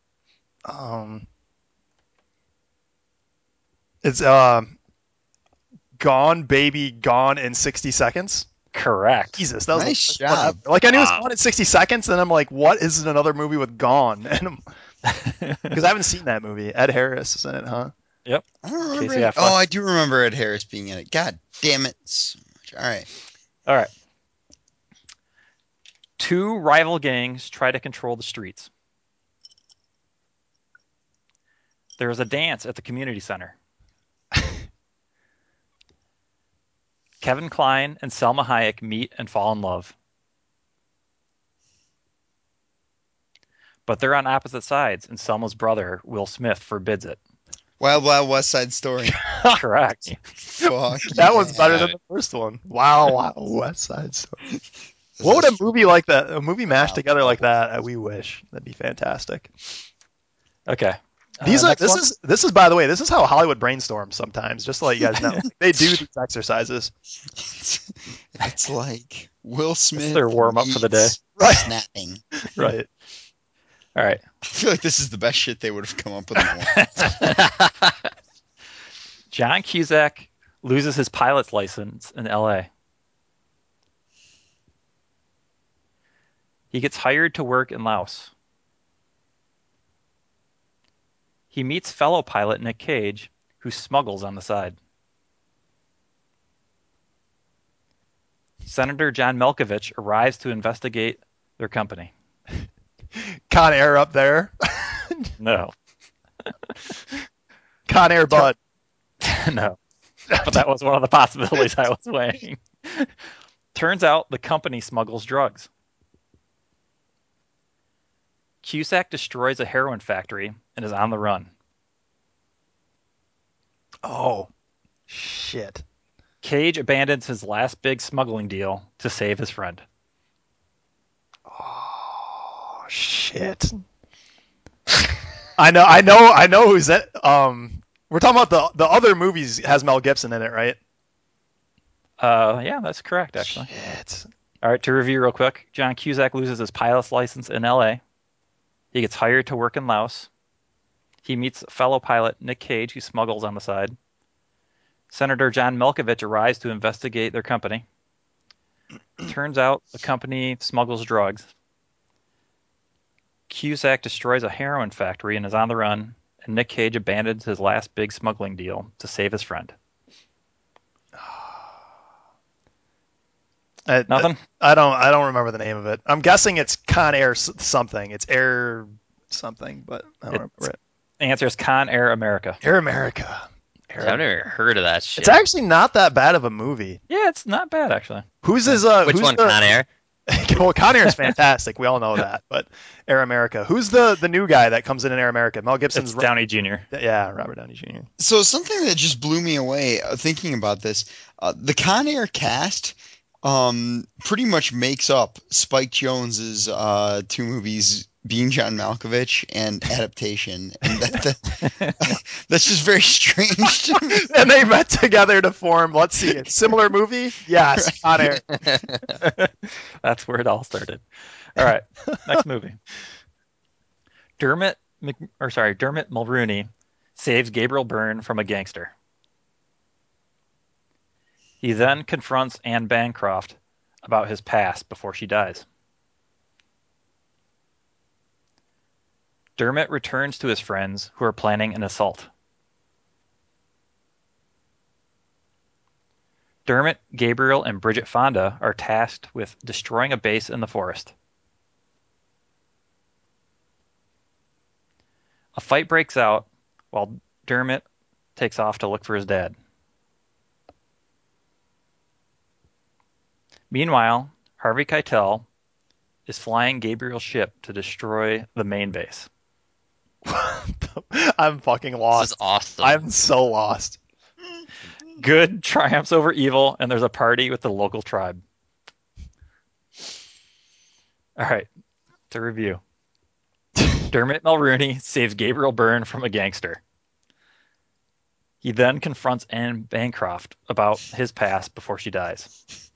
Speaker 2: Um, it's um, gone, baby, gone in sixty seconds.
Speaker 3: Correct.
Speaker 2: Jesus, that was
Speaker 4: Nice
Speaker 2: the first one
Speaker 4: job.
Speaker 2: ever. Like I knew it was
Speaker 1: Wow.
Speaker 2: gone in sixty seconds, and I'm like, what is another movie with gone? And because I haven't seen that movie. Ed Harris is in it, huh?
Speaker 4: I don't remember.
Speaker 3: Casey
Speaker 4: it.
Speaker 3: Affleck.
Speaker 4: Oh, I do remember Ed Harris being in it. God damn it! So much. All right.
Speaker 3: All right. Two rival gangs try to control the streets. There is a dance at the community center. Kevin Klein and Selma Hayek meet and fall in love. But they're on opposite sides, and Selma's brother, Will Smith, forbids it.
Speaker 4: Wild Wild West Side Story.
Speaker 3: Correct.
Speaker 4: Fuck.
Speaker 2: That one's better
Speaker 4: yeah.
Speaker 2: than the first one. Wow, wow, West Side Story. What would a movie like that, a movie mashed together like that? uh, We wish that'd be fantastic.
Speaker 3: Okay. Uh,
Speaker 2: These are
Speaker 3: next
Speaker 2: this
Speaker 3: one?
Speaker 2: is this is by the way this is how Hollywood brainstorms sometimes. Just to let you guys know, they do these exercises.
Speaker 4: it's, it's like Will Smith.
Speaker 3: their warm-up for the day.
Speaker 4: eats
Speaker 2: Right.
Speaker 4: Snapping.
Speaker 2: Right.
Speaker 3: all right.
Speaker 4: I feel like this is the best shit they would have come up with. in a while.
Speaker 3: John Cusack loses his pilot's license in L.A. He gets hired to work in Laos. He meets fellow pilot Nick Cage, who smuggles on the side. Senator John Malkovich arrives to investigate their company.
Speaker 2: Con Air up there.
Speaker 3: No,
Speaker 2: Con Air Bud.
Speaker 3: no. But that was one of the possibilities I was weighing. Turns out the company smuggles drugs. Cusack destroys a heroin factory and is on the run.
Speaker 2: Oh, shit.
Speaker 3: Cage abandons his last big smuggling deal to save his friend.
Speaker 2: Oh shit. I know. I know. I know who's that. Um, we're talking about the the other movies has Mel Gibson in it, right?
Speaker 3: Uh, yeah, that's correct, actually.
Speaker 2: Shit.
Speaker 3: All right, to review real quick John Cusack loses his pilot's license in LA. He gets hired to work in Laos. He meets fellow pilot Nick Cage, who smuggles on the side. Senator John Malkovich arrives to investigate their company. Turns out the company smuggles drugs. Cusack destroys a heroin factory and is on the run, and Nick Cage abandons his last big smuggling deal to save his friend.
Speaker 2: I,
Speaker 3: Nothing?
Speaker 2: I don't. I don't remember the name of it. I'm guessing it's Con Air s- something. It's Air something, but I don't
Speaker 3: It's-
Speaker 2: remember it.
Speaker 3: The answer is Con Air America.
Speaker 2: Air America. Air
Speaker 1: I've never heard of that shit.
Speaker 2: It's actually not that bad of a movie.
Speaker 3: Yeah, it's not bad, actually.
Speaker 2: Who's his? Uh,
Speaker 1: Which
Speaker 2: who's
Speaker 1: one,
Speaker 2: the,
Speaker 1: Con Air?
Speaker 2: well, Con Air is fantastic. We all know that. But Air America. Who's the the new guy that comes in in Air America? Mel Gibson's.
Speaker 3: It's Downey Jr.
Speaker 2: yeah, Robert Downey Jr.
Speaker 4: So something that just blew me away uh, thinking about this, uh, the Con Air cast um, pretty much makes up Spike Jones's uh, two movies, Being John Malkovich and Adaptation, and that, that- that's just very strange. to me.
Speaker 2: and they met together to form. Let's see, a similar movie. Yes, Con Air.
Speaker 3: That's where it all started. All right, next movie. Dermot, Mc, or sorry, Dermot Mulrooney saves Gabriel Byrne from a gangster. He then confronts Anne Bancroft about his past before she dies. Dermot returns to his friends who are planning an assault. Dermot, Gabriel, and Bridget Fonda are tasked with destroying a base in the forest. A fight breaks out while Dermot takes off to look for his dad. Meanwhile, Harvey Keitel is flying Gabriel's ship to destroy the main base.
Speaker 2: I'm fucking
Speaker 1: This
Speaker 2: lost.
Speaker 1: is awesome.
Speaker 2: I'm so lost.
Speaker 3: Good triumphs over evil, and there's a party with the local tribe. All right, to review Dermot Mulrooney saves Gabriel Byrne from a gangster. He then confronts Anne Bancroft about his past before she dies.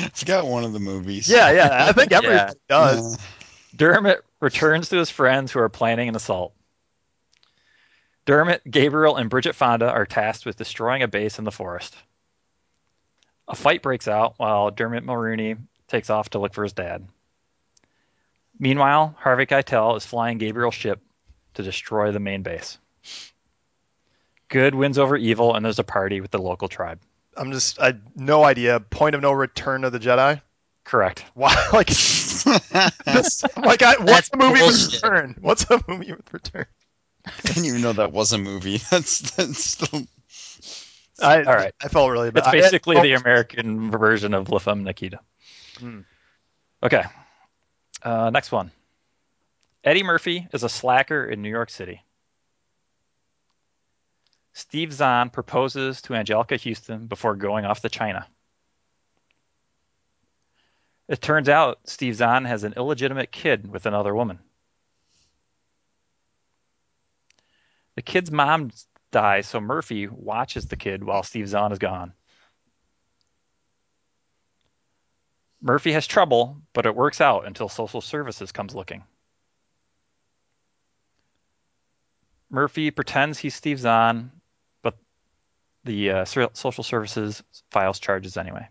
Speaker 4: I forgot one of the movies.
Speaker 2: Yeah, yeah. I think everyone
Speaker 1: Yeah.
Speaker 2: does.
Speaker 3: Dermot returns to his friends who are planning an assault. Dermot, Gabriel, and Bridget Fonda are tasked with destroying a base in the forest. A fight breaks out while Dermot Mulrooney takes off to look for his dad. Meanwhile, Harvey Keitel is flying Gabriel's ship to destroy the main base. Good wins over evil, and there's a party with the local tribe.
Speaker 2: I'm just. I no idea. Point of no return of the Jedi.
Speaker 3: Correct.
Speaker 2: Wow. Like this. Like I. What's
Speaker 1: That's
Speaker 2: the movie
Speaker 1: bullshit.
Speaker 2: with return? What's the movie with return?
Speaker 4: I didn't even know that was a movie. That's that's the,
Speaker 2: I,
Speaker 3: All right.
Speaker 2: I felt really bad.
Speaker 3: It's
Speaker 2: I-
Speaker 3: basically
Speaker 2: I-
Speaker 3: the American version of La Femme Nikita.
Speaker 2: Hmm.
Speaker 3: Okay. Uh, next one. Eddie Murphy is a slacker in New York City. Steve Zahn proposes to Angelica Houston before going off to China. It turns out Steve Zahn has an illegitimate kid with another woman. The kid's mom dies, so Murphy watches the kid while Steve Zahn is gone. Murphy has trouble, but it works out until social services comes looking. Murphy pretends he's Steve Zahn, but the uh, so- social services files charges anyway.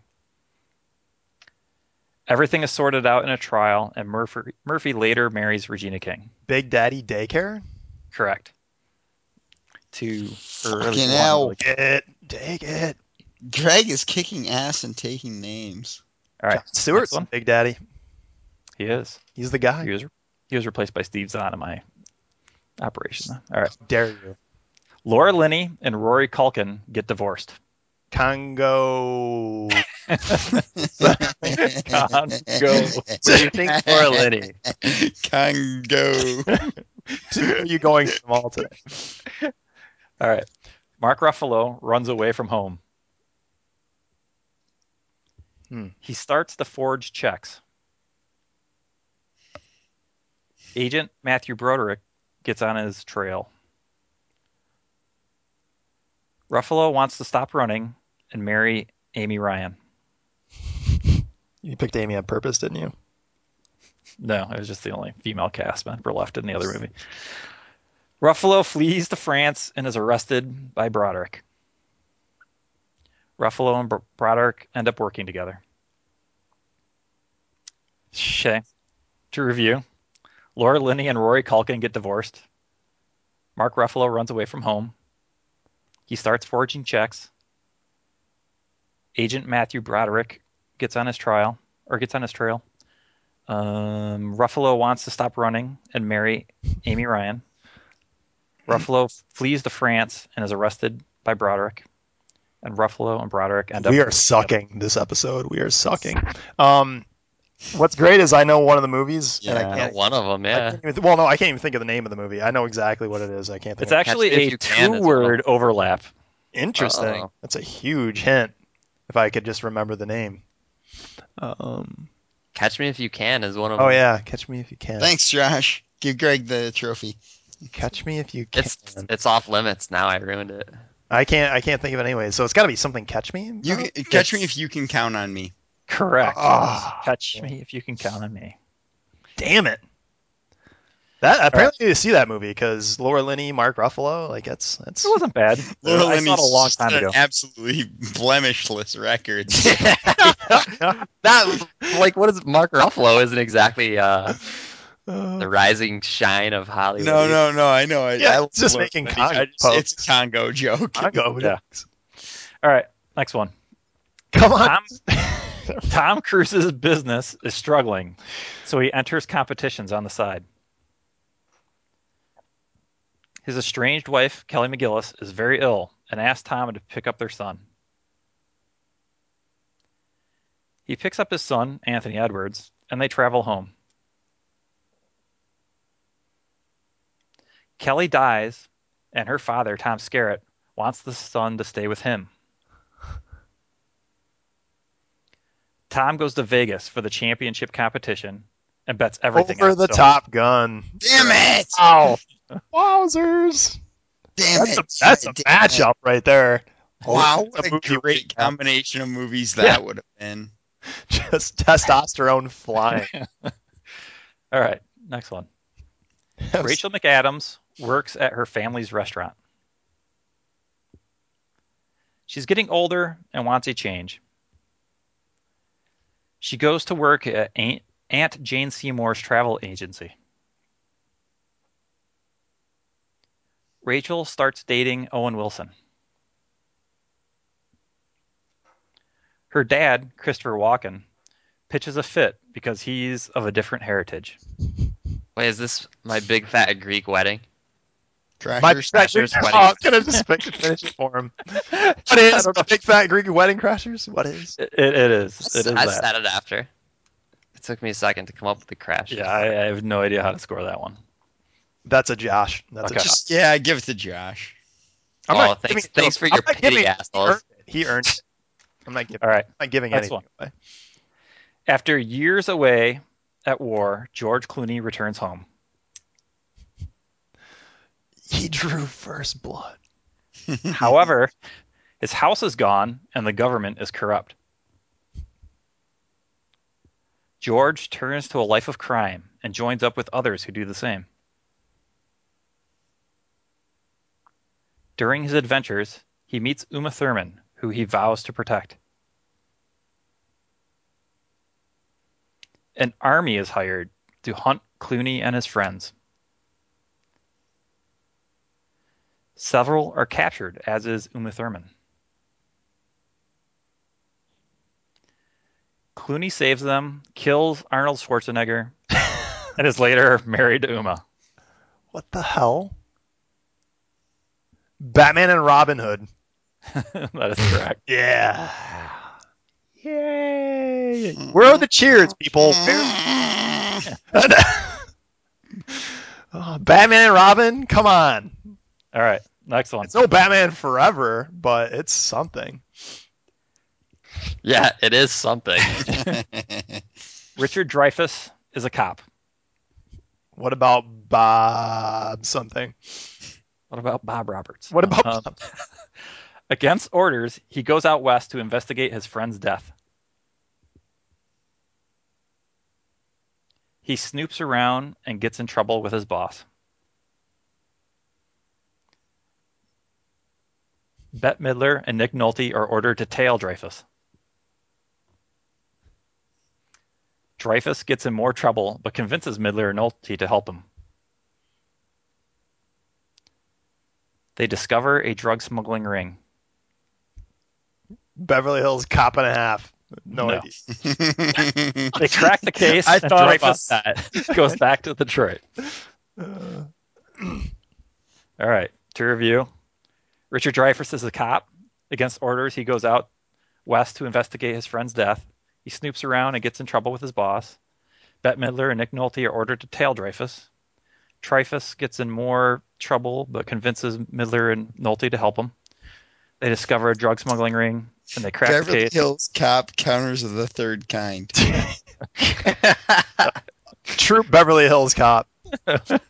Speaker 3: Everything is sorted out in a trial, and Murphy, Murphy later marries Regina King.
Speaker 2: Big Daddy Daycare?
Speaker 3: Correct. To her early
Speaker 4: Fucking hell.
Speaker 3: All
Speaker 2: Get it. Take it.
Speaker 4: Greg is kicking ass and taking names.
Speaker 3: right,
Speaker 2: John Stewart's
Speaker 3: next one.
Speaker 2: Big Daddy.
Speaker 3: He is.
Speaker 2: He's the guy.
Speaker 3: He was. He was replaced by Steve Zahn in my operation. All right.
Speaker 2: Dare you.
Speaker 3: Laura Linney and Rory Culkin get divorced.
Speaker 2: Congo.
Speaker 3: Congo.
Speaker 2: Where do you think
Speaker 3: Laura Linney.
Speaker 4: Congo.
Speaker 2: Where are you going small today?
Speaker 3: All right. Mark Ruffalo runs away from home.
Speaker 2: Hmm.
Speaker 3: He starts to forge checks. Agent Matthew Broderick gets on his trail. Ruffalo wants to stop running and marry Amy Ryan.
Speaker 2: You picked Amy on purpose, didn't you?
Speaker 3: No, it was just the only female cast member left in the other movie. Ruffalo flees to France and is arrested by Broderick. Ruffalo and Bro- Broderick end up working together. Okay. To review, Laura Linney and Rory Culkin get divorced. Mark Ruffalo runs away from home. He starts forging checks. Agent Matthew Broderick gets on his trial or gets on his trail. Um, Ruffalo wants to stop running and marry Amy Ryan. Ruffalo flees to France and is arrested by Broderick. And Ruffalo and Broderick end up.
Speaker 2: we are sucking this episode. We are sucking. Um, what's great is I know one of the movies, and
Speaker 4: Yeah.
Speaker 2: I can't.
Speaker 1: One of them,
Speaker 2: I
Speaker 1: yeah.
Speaker 2: can't even, well, no, I can't even think of the name of the movie. I know exactly what it is. I can't think.
Speaker 3: It's
Speaker 2: of
Speaker 3: actually
Speaker 1: Catch me if
Speaker 3: a
Speaker 1: you can as well.
Speaker 3: two-word overlap.
Speaker 2: Interesting.
Speaker 1: Oh.
Speaker 2: That's a huge hint. If I could just remember the name. Um.
Speaker 1: Catch me if you can is one of
Speaker 2: Oh
Speaker 1: them.
Speaker 2: yeah, catch me if you can.
Speaker 4: Thanks, Josh. Give Greg the trophy.
Speaker 2: Catch me if you can.
Speaker 1: It's it's off limits now. I ruined it.
Speaker 2: I can't. I can't think of it anyway. So it's got to be something. Catch me.
Speaker 4: You can- catch me if you can count on me.
Speaker 3: Correct.
Speaker 2: Ah.
Speaker 3: Catch me if you can count on me.
Speaker 2: Damn it. That apparently you need to see that movie because Laura Linney, Mark Ruffalo, like that's that's
Speaker 3: It wasn't bad.
Speaker 4: Laura
Speaker 3: I saw it a
Speaker 4: Linney's
Speaker 3: long
Speaker 4: just
Speaker 3: time
Speaker 4: got an
Speaker 3: ago.
Speaker 4: Absolutely blemishless record.
Speaker 1: That like what is Mark Ruffalo isn't exactly uh,
Speaker 2: Uh,
Speaker 1: the rising shine of Hollywood.
Speaker 4: no, no, no. I know. I,
Speaker 2: Yeah,
Speaker 4: I
Speaker 2: it's just
Speaker 4: love
Speaker 2: making
Speaker 4: Linney.
Speaker 2: Congo
Speaker 4: I just- It's
Speaker 2: pokes.
Speaker 4: a Congo joke.
Speaker 2: Congo.
Speaker 3: Yeah. All right, next one.
Speaker 2: Come on.
Speaker 3: Tom, Tom Cruise's business is struggling, so he enters competitions on the side. His estranged wife, Kelly McGillis, is very ill and asks Tom to pick up their son. He picks up his son, Anthony Edwards, and they travel home. Kelly dies, and her father, Tom Skerritt, wants the son to stay with him. Tom goes to Vegas for the championship competition and bets everything
Speaker 2: Over
Speaker 3: on
Speaker 2: the
Speaker 3: himself.
Speaker 2: Top Gun.
Speaker 4: Damn it!
Speaker 2: Wow. Wowzers.
Speaker 4: Damn
Speaker 2: That's
Speaker 4: it!
Speaker 2: a, that's a
Speaker 4: Damn it.
Speaker 2: matchup right there.
Speaker 4: Wow,
Speaker 2: That's
Speaker 4: what a
Speaker 2: movie
Speaker 4: great
Speaker 2: recap.
Speaker 4: combination of movies that would have been.
Speaker 2: Just testosterone flying.
Speaker 3: All right, next one. Rachel McAdams works at her family's restaurant. She's getting older and wants a change. She goes to work at Aunt, Aunt Jane Seymour's travel agency. Rachel starts dating Owen Wilson. Her dad, Christopher Walken, pitches a fit because he's of a different heritage.
Speaker 1: Wait, is this my big fat Greek wedding?
Speaker 2: My
Speaker 4: Crackers.
Speaker 2: fat Greek,
Speaker 1: Crashers
Speaker 2: oh,
Speaker 1: wedding.
Speaker 2: I was gonna just make finish it for him. What is big fat Greek wedding crashers? What is?
Speaker 3: It, it is. It is
Speaker 1: I
Speaker 3: that.
Speaker 1: said it after. It took me a second to come up with the crash.
Speaker 3: Yeah, I, I have no idea how to score that one.
Speaker 2: That's a Josh. That's a
Speaker 3: Okay.
Speaker 2: Josh.
Speaker 4: Just yeah, give it to Josh.
Speaker 2: I'm
Speaker 1: Oh,
Speaker 2: not
Speaker 1: thanks-
Speaker 2: giving-
Speaker 1: thanks for
Speaker 2: I'm
Speaker 1: your
Speaker 2: not
Speaker 1: pity,
Speaker 2: giving-
Speaker 1: assholes.
Speaker 2: He earned it. He earned it. I'm not giving.
Speaker 3: All right,
Speaker 2: I'm not giving
Speaker 3: That's
Speaker 2: anything away.
Speaker 3: After years away at war, George Clooney returns home.
Speaker 2: He drew first blood.
Speaker 3: However, his house is gone and the government is corrupt. George turns to a life of crime and joins up with others who do the same. During his adventures, he meets Uma Thurman, who he vows to protect. An army is hired to hunt Clooney and his friends. Several are captured, as is Uma Thurman. Clooney saves them, kills Arnold Schwarzenegger, and is later married to Uma.
Speaker 2: What the hell? Batman and Robin Hood.
Speaker 3: that is correct.
Speaker 2: Yeah. Yay! Where are the cheers, people? Oh, Batman and Robin, come on.
Speaker 3: All right, next one.
Speaker 2: It's no Batman Forever, but it's something.
Speaker 1: Yeah, it is something.
Speaker 3: Richard Dreyfuss is a cop.
Speaker 2: What about Bob something?
Speaker 3: What about Bob Roberts?
Speaker 2: What about
Speaker 3: Um,
Speaker 2: Bob?
Speaker 3: Against orders, he goes out west to investigate his friend's death. He snoops around and gets in trouble with his boss. Bette Midler and Nick Nolte are ordered to tail Dreyfus. Dreyfus gets in more trouble, but convinces Midler and Nolte to help him. They discover a drug smuggling ring.
Speaker 2: Beverly Hills Cop and a Half? No,
Speaker 3: No.
Speaker 2: idea.
Speaker 3: They crack the case.
Speaker 1: I
Speaker 3: and
Speaker 1: thought about
Speaker 3: Dreyfus goes back to Detroit.
Speaker 2: Uh,
Speaker 3: All right, to review. Richard Dreyfuss is a cop. Against orders, he goes out west to investigate his friend's death. He snoops around and gets in trouble with his boss. Bette Midler and Nick Nolte are ordered to tail Dreyfus. Dreyfus gets in more trouble, but convinces Midler and Nolte to help him. They discover a drug smuggling ring and they crack the
Speaker 4: Beverly
Speaker 3: case.
Speaker 4: Hills Cop counters of the third kind.
Speaker 2: true Beverly Hills Cop.
Speaker 3: no,
Speaker 2: Damn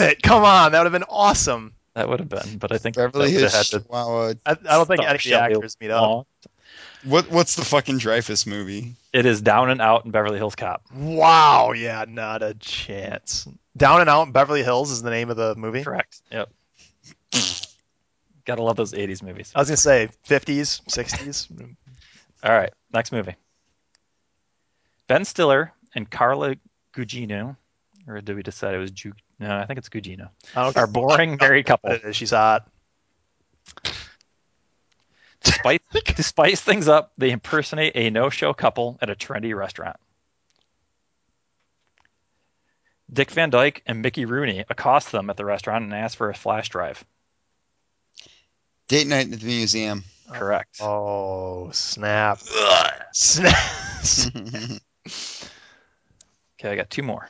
Speaker 2: it! Come on, that would have been awesome.
Speaker 3: that would have been, but I think
Speaker 4: Beverly
Speaker 3: that would have had
Speaker 4: Hills
Speaker 3: to
Speaker 4: Chihuahua.
Speaker 2: I, I don't think
Speaker 3: Stop,
Speaker 2: any of the
Speaker 3: Shelby.
Speaker 2: actors meet up.
Speaker 4: What what's the fucking Dreyfus movie?
Speaker 3: It is down and out in Beverly Hills Cop.
Speaker 2: Wow, yeah, not a chance. Down and Out in Beverly Hills is the name of the movie.
Speaker 3: Correct. Yep. Gotta love those 80s movies.
Speaker 2: I was gonna say 50s, 60s.
Speaker 3: All right, next movie. Ben Stiller and Carla Gugino, or did we decide it was Ju? No, I think it's Gugino.
Speaker 2: I don't care
Speaker 3: Are boring married couple.
Speaker 2: what it is. She's hot.
Speaker 3: To spice, to spice things up, they impersonate a no-show couple at a trendy restaurant. Dick Van Dyke and Mickey Rooney accost them at the restaurant and ask for a flash drive.
Speaker 4: Date night at the museum.
Speaker 3: Correct.
Speaker 2: Oh snap! snap!
Speaker 3: Okay, I got two more.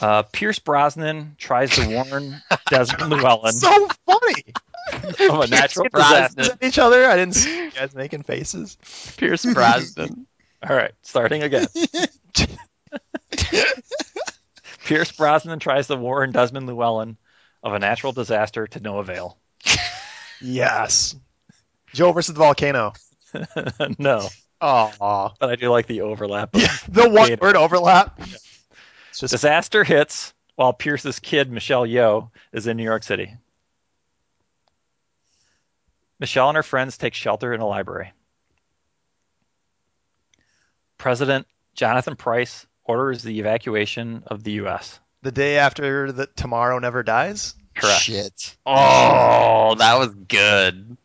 Speaker 3: Uh, Pierce Brosnan tries to warn Desmond Llewellyn
Speaker 2: so funny.
Speaker 3: of a natural disaster.
Speaker 1: Brosnan.
Speaker 2: Is that each other? I didn't see you guys making faces.
Speaker 1: Pierce Brosnan.
Speaker 3: All right, starting again. Pierce Brosnan tries to warn Desmond Llewellyn of a natural disaster to no avail.
Speaker 2: Yes. Joe versus the volcano.
Speaker 3: no,
Speaker 2: Oh,
Speaker 3: but I do like the overlap. of-
Speaker 2: the one
Speaker 3: Later.
Speaker 2: word overlap. It's just
Speaker 3: Disaster hits while Pierce's kid, Michelle Yeoh, is in New York City. Michelle and her friends take shelter in a library. President Jonathan Price orders the evacuation of the U.S.
Speaker 2: the day after that tomorrow never dies.
Speaker 3: Correct.
Speaker 4: Shit.
Speaker 1: Oh, that was good.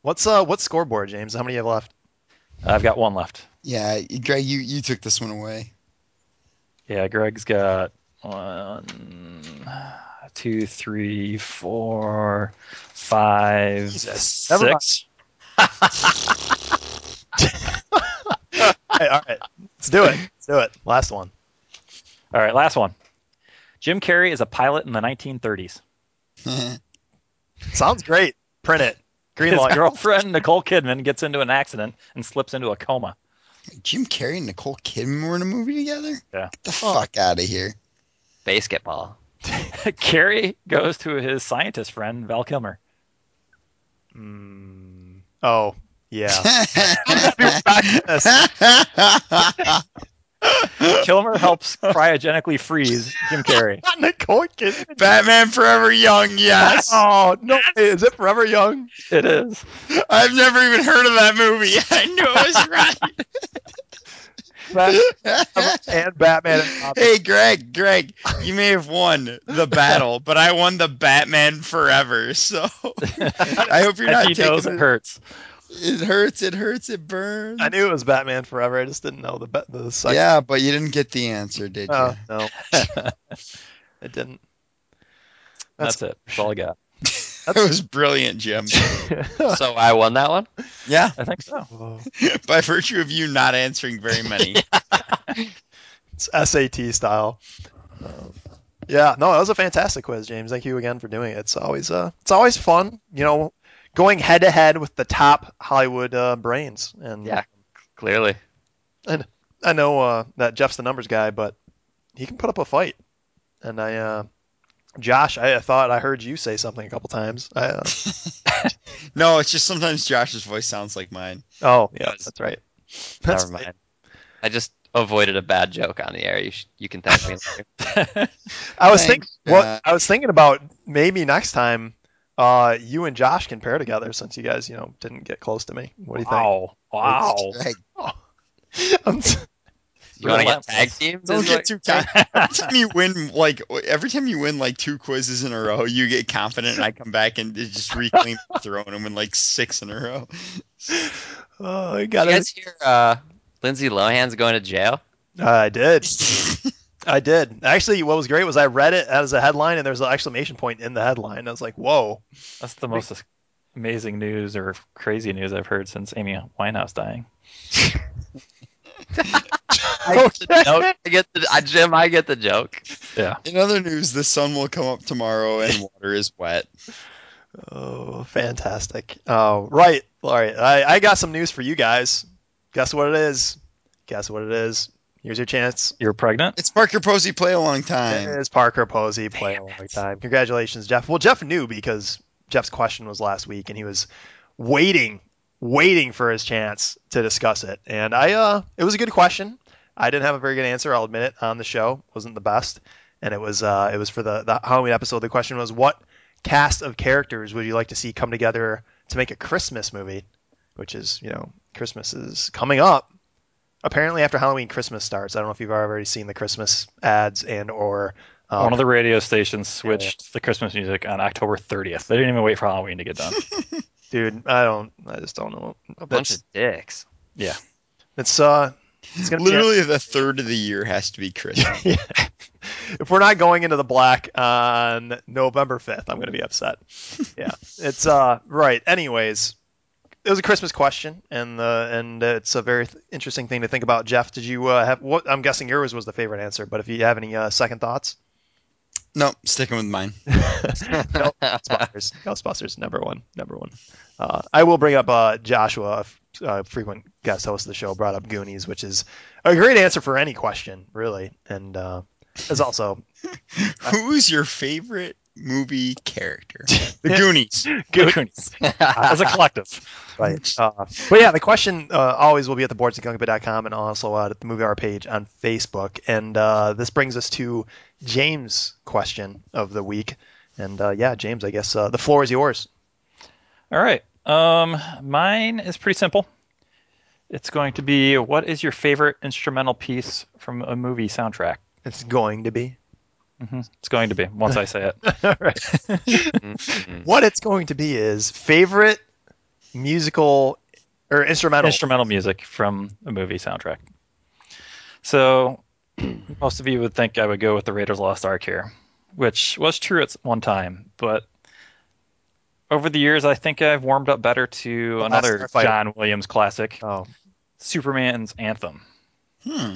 Speaker 2: What's uh what's scoreboard, James? How many you have left?
Speaker 3: I've got one left.
Speaker 4: Yeah, Greg, you, you took this one away.
Speaker 3: Yeah, Greg's got one, two, three, four, five,
Speaker 4: Jesus.
Speaker 2: Never mind.
Speaker 3: six.
Speaker 2: Hey, all right, let's do it. Let's do it. Last one.
Speaker 3: All right, last one. Jim Carrey is a pilot in the 1930s.
Speaker 2: Sounds great. Print it. Green
Speaker 3: his
Speaker 2: light.
Speaker 3: girlfriend Nicole Kidman gets into an accident and slips into a coma.
Speaker 4: Jim Carrey and Nicole Kidman were in a movie together?
Speaker 3: Yeah.
Speaker 4: Get the fuck out of here.
Speaker 1: Basketball.
Speaker 3: Carrie goes to his scientist friend Val Kilmer.
Speaker 2: Mm. Oh, yeah. Yes.
Speaker 3: Oh. Kilmer helps cryogenically freeze Jim Carrey.
Speaker 2: Nicole Kidman.
Speaker 4: Batman Forever Young, yes.
Speaker 2: Oh no! Is it Forever Young?
Speaker 3: It is.
Speaker 4: I've never even heard of that movie. I knew I was right.
Speaker 2: and Batman and Robin.
Speaker 4: Hey, Greg, Greg, you may have won the battle, but I won the Batman Forever. So I hope you're
Speaker 3: And
Speaker 4: not
Speaker 3: he
Speaker 4: taking
Speaker 3: knows it
Speaker 4: the-
Speaker 3: hurts.
Speaker 4: It hurts. It hurts. It burns.
Speaker 2: I knew it was Batman Forever. I just didn't know the ba- the second.
Speaker 4: Yeah, but you didn't get the answer, did you?
Speaker 2: Oh, no, it didn't.
Speaker 3: That's,
Speaker 2: That's-
Speaker 3: it. That's all I got.
Speaker 4: that was brilliant, Jim.
Speaker 1: So I won that one.
Speaker 4: Yeah,
Speaker 3: I think so.
Speaker 2: Whoa.
Speaker 4: by virtue of you not answering very many.
Speaker 2: It's SAT style. Yeah, no, that was a fantastic quiz, James. Thank you again for doing it. It's always uh, it's always fun, you know, going head to head with the top Hollywood uh, brains. And
Speaker 1: Yeah, clearly.
Speaker 2: I know uh, that Jeff's the numbers guy, but he can put up a fight. And I, uh, Josh, I thought I heard you say something a couple times. I, uh,
Speaker 4: No, it's just sometimes Josh's voice sounds like mine.
Speaker 2: oh, yeah, that's right. That's
Speaker 1: Never mind. I just avoided a bad joke on the air. You sh- you can thank me. later.
Speaker 2: I was
Speaker 4: Thanks,
Speaker 2: thinking. Well,
Speaker 4: Josh.
Speaker 2: I was thinking about maybe next time, uh, you and Josh can pair together since you guys, you know, didn't get close to me. What do you
Speaker 3: Wow. Wow.
Speaker 4: Greg,
Speaker 2: think? I'm s-
Speaker 1: You want to get
Speaker 3: Relentless.
Speaker 1: tag teams? is
Speaker 4: don't get
Speaker 1: what-
Speaker 4: too con- every time you win like every time you win like two quizzes in a row, you get confident, and I come back and it just reclaim the throne and win like six in a row.
Speaker 2: oh, I
Speaker 1: you
Speaker 2: got it.
Speaker 1: guys hear uh, Lindsay Lohan's going to jail?
Speaker 2: Uh, I did. I did. Actually, what was great was I read it as a headline, and there's an exclamation point in the headline. I was like, "Whoa!"
Speaker 3: That's the most amazing news or crazy news I've heard since Amy Winehouse dying.
Speaker 1: No, I get the I, Jim. I get the joke.
Speaker 4: in other news, the sun will come up tomorrow and water is wet.
Speaker 2: Oh, fantastic. Oh, right. All right. I, I got some news for you guys. Guess what it is? Guess what it is? Here's your chance.
Speaker 3: You're pregnant?
Speaker 4: It's Parker Posey play a long time.
Speaker 2: It is Parker Posey play a long time. Congratulations, Jeff. Well, Jeff knew because Jeff's question was last week, and he was waiting, waiting for his chance to discuss it. And I, uh, it was a good question. I didn't have a very good answer. I'll admit it. On the show, wasn't the best. And it was, uh, it was for the the Halloween episode. The question was, what cast of characters would you like to see come together to make a Christmas movie? Which is, you know, Christmas is coming up apparently after Halloween, Christmas starts. I don't know if you've already seen the Christmas ads and or um,
Speaker 3: One of the radio stations switched the Christmas music on October 30th. They didn't even wait for Halloween to get done.
Speaker 2: dude. I don't. I just don't know.
Speaker 1: A bunch
Speaker 2: That's,
Speaker 1: of dicks.
Speaker 2: it's uh, it's gonna be.
Speaker 4: Literally the third of the year has to be Christmas.
Speaker 2: if we're not going into the black on November 5th, I'm going to be upset. Yeah. it's uh right. Anyways, it was a Christmas question and the and it's a very th- interesting thing to think about. Jeff, did you uh, have what I'm guessing yours was the favorite answer, but if you have any uh, second thoughts?
Speaker 4: no, sticking with mine.
Speaker 2: Nope. Ghostbusters. Ghostbusters, number one, number one. Uh, I will bring up uh, Joshua, a f- a frequent guest host of the show, brought up Goonies, which is a great answer for any question, really, and uh, is also
Speaker 4: Who's your favorite movie character? The Goonies.
Speaker 3: Good Goonies. As a collective.
Speaker 2: right. Uh, but yeah, the question uh, always will be at theboardsandgunkabit.com and also uh, at the movie hour page on Facebook. And uh, this brings us to James' question of the week. And uh, yeah, James, I guess uh, the floor is yours.
Speaker 3: All right. Um, mine is pretty simple. It's going to be what is your favorite instrumental piece from a movie soundtrack?
Speaker 2: It's going to be
Speaker 3: hmm It's going to be once I say it.
Speaker 2: what it's going to be is favorite musical or instrumental.
Speaker 3: Instrumental music from a movie soundtrack. So most of you would think I would go with the Raiders Lost Ark here, which was true at one time, but over the years I think I've warmed up better to
Speaker 2: Last
Speaker 3: another
Speaker 2: Starfighter.
Speaker 3: John Williams classic.
Speaker 2: oh,
Speaker 3: Superman's Anthem.
Speaker 4: Hmm.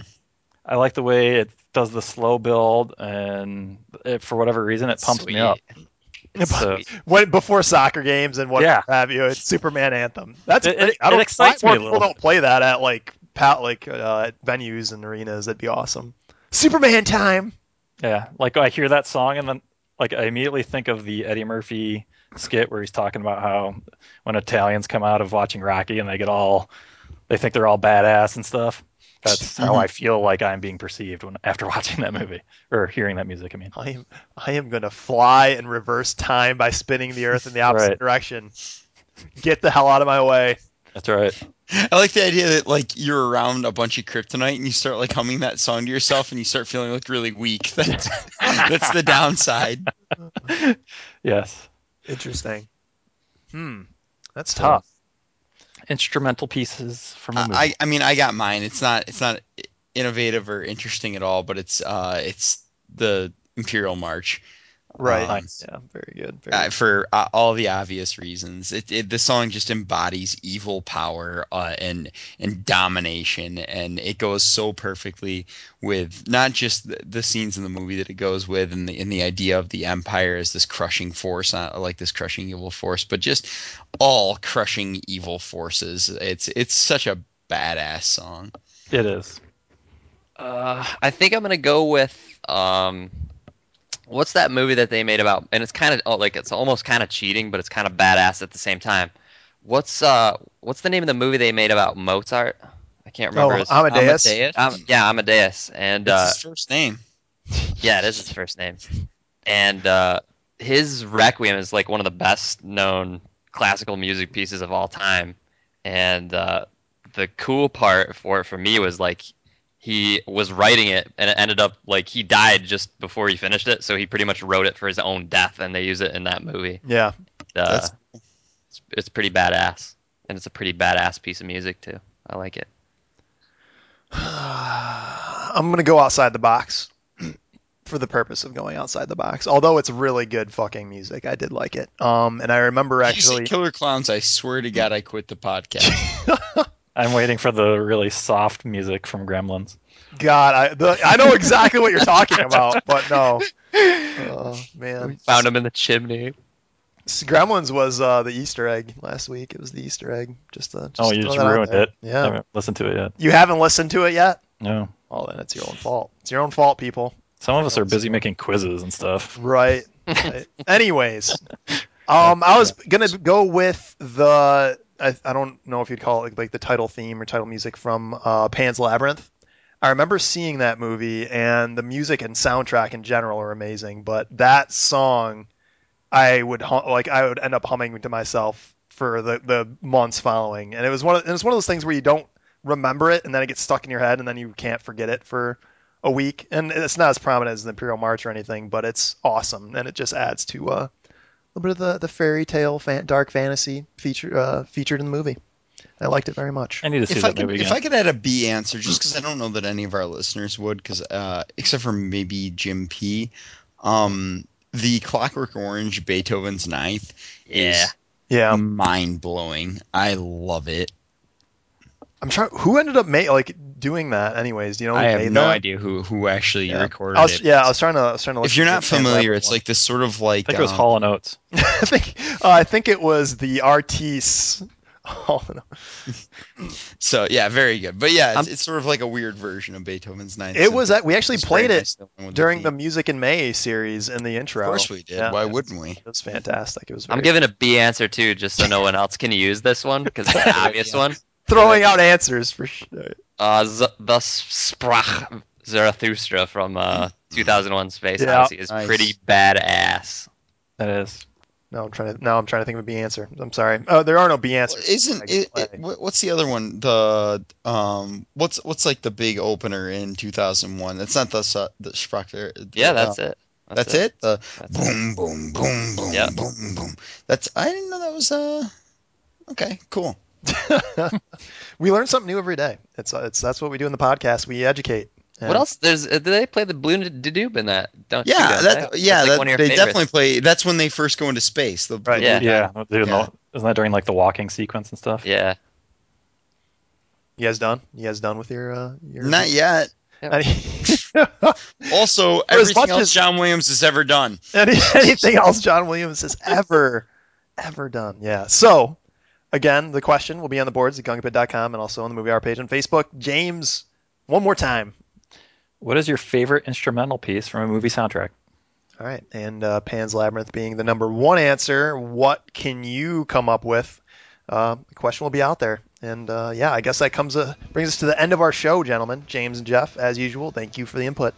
Speaker 3: I like the way it does the slow build, and it, for whatever reason, it pumps me up. So, it,
Speaker 2: When before soccer games and what
Speaker 3: Yeah.
Speaker 2: have you, it's Superman Anthem. That's
Speaker 3: It-
Speaker 2: pretty,
Speaker 3: it-
Speaker 2: I
Speaker 3: it
Speaker 2: don't
Speaker 3: excites
Speaker 2: why
Speaker 3: me a
Speaker 2: more
Speaker 3: little
Speaker 2: People don't play that at like pat like uh, at venues and arenas. That'd be awesome. Superman time.
Speaker 3: yeah, like I hear that song and then like I immediately think of the Eddie Murphy skit where he's talking about how when Italians come out of watching Rocky and they get all they think they're all badass and stuff. That's
Speaker 4: Mm-hmm.
Speaker 3: how I feel like I'm being perceived when after watching that movie or hearing that music. I mean,
Speaker 2: I am I am gonna fly and reverse time by spinning the earth in the opposite
Speaker 3: Right.
Speaker 2: direction. Get the hell out of my way.
Speaker 3: that's right.
Speaker 4: I like the idea that like you're around a bunch of kryptonite and you start like humming that song to yourself and you start feeling like really weak. That's that's the downside.
Speaker 3: Yes,
Speaker 2: Interesting. Hmm. That's tough.
Speaker 3: tough instrumental pieces from the movie.
Speaker 4: I I mean I got mine. It's not it's not innovative or interesting at all, but it's uh it's the Imperial March.
Speaker 2: Right.
Speaker 4: Um,
Speaker 2: yeah. Very good. Very
Speaker 4: uh, for uh, all the obvious reasons. It, it the song just embodies evil power uh, and and domination, and it goes so perfectly with not just the, the scenes in the movie that it goes with, and the and the idea of the empire as this crushing force, uh, like this crushing evil force, but just all crushing evil forces. It's it's such a badass song.
Speaker 3: it is.
Speaker 1: Uh, I think I'm gonna go with um, what's that movie that they made about? And it's kind of oh, like it's almost kind of cheating, but it's kind of badass at the same time. What's uh, what's the name of the movie they made about Mozart? I can't
Speaker 2: Oh,
Speaker 1: remember. his-
Speaker 2: Amadeus? Um,
Speaker 1: Am- yeah, Amadeus, and
Speaker 4: It's
Speaker 1: uh,
Speaker 4: his first name.
Speaker 1: yeah, it is his first name, and uh, his Requiem is like one of the best known classical music pieces of all time, and uh, the cool part for for me was like he was writing it and it ended up like he died just before he finished it so he pretty much wrote it for his own death and they use it in that movie
Speaker 2: good. Yeah.
Speaker 1: uh,
Speaker 4: That's-
Speaker 1: it's, it's pretty badass and it's a pretty badass piece of music too i like it
Speaker 2: Uh, I'm gonna go outside the box for the purpose of going outside the box. Although it's really good fucking music, I did like it. Um, and I remember
Speaker 4: If you say
Speaker 2: actually.
Speaker 4: Killer Clowns. I swear to God, I quit the podcast.
Speaker 3: I'm waiting for the really soft music from Gremlins.
Speaker 2: God, I the, I know exactly what you're talking about, but no. Oh man,
Speaker 1: found him in the chimney
Speaker 2: Gremlins was uh, the Easter egg last week. It was the Easter egg. Just, uh, just
Speaker 3: Oh, you
Speaker 2: throw
Speaker 3: just
Speaker 2: that out
Speaker 3: ruined
Speaker 2: there.
Speaker 3: it. I
Speaker 2: Yeah,
Speaker 3: haven't listened to it yet.
Speaker 2: you haven't listened to it yet.
Speaker 3: No.
Speaker 2: Well, then it's your own fault. It's your own fault, people.
Speaker 3: Some of us are busy making quizzes and stuff.
Speaker 2: Right. right. Anyways, um, I was gonna go with the I, I don't know if you'd call it like, the title theme or title music from uh, Pan's Labyrinth. I remember seeing that movie, and the music and soundtrack in general are amazing. But that song, I would hum- like I would end up humming to myself for the, the months following, and it was one of and it's one of those things where you don't remember it, and then it gets stuck in your head, and then you can't forget it for a week, and it's not as prominent as the Imperial March or anything, but it's awesome, and it just adds to uh, a little bit of the, the fairy tale, fan, dark fantasy feature uh, featured in the movie. I liked it very much.
Speaker 3: I need to see
Speaker 4: if I
Speaker 3: that
Speaker 4: could,
Speaker 3: movie
Speaker 4: if
Speaker 3: again. Mm.
Speaker 4: I could add a B answer, just because I don't know that any of our listeners would, because uh, except for maybe Jim P, um, the Clockwork Orange Beethoven's Ninth
Speaker 1: yeah
Speaker 2: Yeah,
Speaker 4: is mind blowing. I love it.
Speaker 2: I'm trying. Who ended up ma- like doing that? Anyways, do you know? who
Speaker 4: I have
Speaker 2: made
Speaker 4: no
Speaker 2: that?
Speaker 4: idea who who actually
Speaker 2: Yeah.
Speaker 4: recorded
Speaker 2: I was,
Speaker 4: it.
Speaker 2: yeah, I was trying to. I was trying to. look
Speaker 4: if you're
Speaker 2: for
Speaker 4: not
Speaker 2: the Pan
Speaker 4: familiar,
Speaker 2: Lab
Speaker 4: it's
Speaker 2: one.
Speaker 4: like this sort of like
Speaker 3: I think it was
Speaker 4: um,
Speaker 3: Hall and Oates.
Speaker 2: I think. Uh, I think it was the Artis. Oh no.
Speaker 4: so yeah, very good. But yeah, it's,
Speaker 1: I'm-
Speaker 4: it's sort of like a weird version of Beethoven's Ninth.
Speaker 2: It was
Speaker 4: Symphony.
Speaker 2: that we actually
Speaker 4: It's
Speaker 2: played
Speaker 4: very
Speaker 2: it
Speaker 4: nice to know
Speaker 2: during the
Speaker 4: theme.
Speaker 2: Music in May series in the intro.
Speaker 4: Of course we did.
Speaker 2: Yeah.
Speaker 4: Why wouldn't we?
Speaker 2: It was fantastic. It was. Very
Speaker 1: i'm giving a b answer too just so no one else can use this one because it's the obvious
Speaker 4: Yeah.
Speaker 1: one
Speaker 2: throwing out answers for sure.
Speaker 1: uh, Z- thus sprach Zarathustra from uh, 2001: Space
Speaker 2: Yeah.
Speaker 1: Odyssey is
Speaker 4: Nice.
Speaker 1: pretty badass.
Speaker 3: That is.
Speaker 2: No, I'm trying to. No, I'm trying to think of a B answer. I'm sorry. Oh, there are no B
Speaker 4: Well,
Speaker 2: answers. I
Speaker 4: Isn't
Speaker 2: guess
Speaker 4: it, it, wha- what's the other one? The um, what's what's like the big opener in two thousand one? That's not the Su- the Sprocker.
Speaker 1: Yeah, that's it.
Speaker 4: That's, it. The
Speaker 1: That's it.
Speaker 4: boom, boom, boom, boom,
Speaker 1: Yeah.
Speaker 4: boom, boom. That's I didn't know that was uh. Okay, cool.
Speaker 2: we learn something new every day. It's uh, it's that's what we do in the podcast. We educate.
Speaker 1: What else? There's. uh, Did they play the Blue Dadoob in that? Don't you
Speaker 4: Yeah,
Speaker 1: guys?
Speaker 4: that,
Speaker 1: That's
Speaker 4: yeah,
Speaker 1: like
Speaker 4: that,
Speaker 1: one of your
Speaker 4: they
Speaker 1: favorites.
Speaker 4: definitely play. That's when they first go into space. The,
Speaker 2: Right,
Speaker 4: the-
Speaker 1: Yeah.
Speaker 3: Yeah. dude,
Speaker 4: Yeah.
Speaker 3: Isn't that during like the walking sequence and stuff?
Speaker 1: Yeah,
Speaker 2: You guys done? You guys done with your uh? Your
Speaker 4: Not yet.
Speaker 2: Any-
Speaker 4: Also,
Speaker 2: as
Speaker 4: everything
Speaker 2: much
Speaker 4: else
Speaker 2: as-
Speaker 4: John Williams has ever done.
Speaker 2: any, anything else John Williams has ever, ever done. Yeah. So, again, the question will be on the boards at gungapit.com and also on the Movie Hour page on Facebook. James, one more time.
Speaker 3: What is your favorite instrumental piece from a movie soundtrack?
Speaker 2: All right. And uh, Pan's Labyrinth being the number one answer. What can you come up with? Uh, the question will be out there. And uh, yeah, I guess that comes uh, brings us to the end of our show, gentlemen. James and Jeff, as usual, thank you for the input.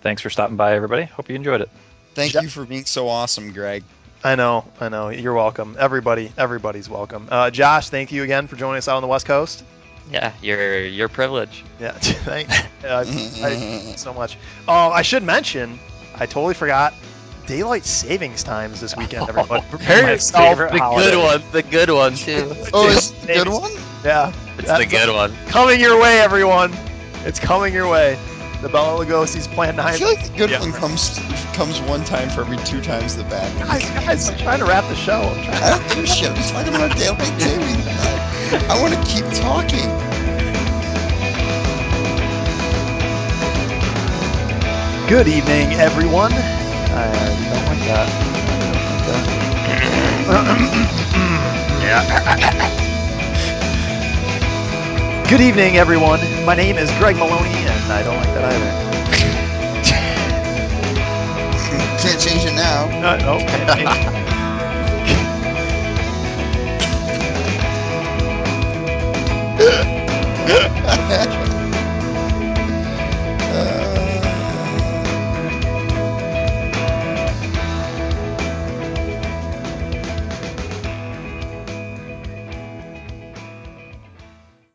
Speaker 3: Thanks for stopping by, everybody. Hope you enjoyed it.
Speaker 4: Thank
Speaker 2: Yep.
Speaker 4: you for being so awesome, Greg.
Speaker 2: I know, I know. You're welcome. Everybody, everybody's welcome. Uh, Josh, thank you again for joining us out on the West Coast.
Speaker 1: Yeah, your your privilege.
Speaker 2: Yeah, thanks. Uh, I- so much. Oh, I should mention, I totally forgot. Daylight savings times this weekend, everybody. Prepare
Speaker 3: My
Speaker 2: yourself.
Speaker 3: favorite
Speaker 1: the
Speaker 3: holiday.
Speaker 1: good one, the good one too.
Speaker 4: Oh, is it a good one?
Speaker 2: Yeah,
Speaker 1: It's
Speaker 2: That's
Speaker 1: the good one.
Speaker 2: coming your way, everyone. It's coming your way. The Bella Lugosi's Plan
Speaker 4: I
Speaker 2: 9.
Speaker 4: feel like the good
Speaker 2: Yeah.
Speaker 4: one comes comes one time for every two times the bad. one.
Speaker 2: guys, guys, I'm trying to wrap the show. I'm trying-
Speaker 4: I don't give a shit. I'm talking about Dale McDavid. I- I want to keep talking.
Speaker 2: Good evening, everyone. I don't like that. yeah. Good evening, everyone. My name is Greg Maloney, and I don't like that either.
Speaker 4: Can't change it now.
Speaker 2: No, no.
Speaker 4: Uh,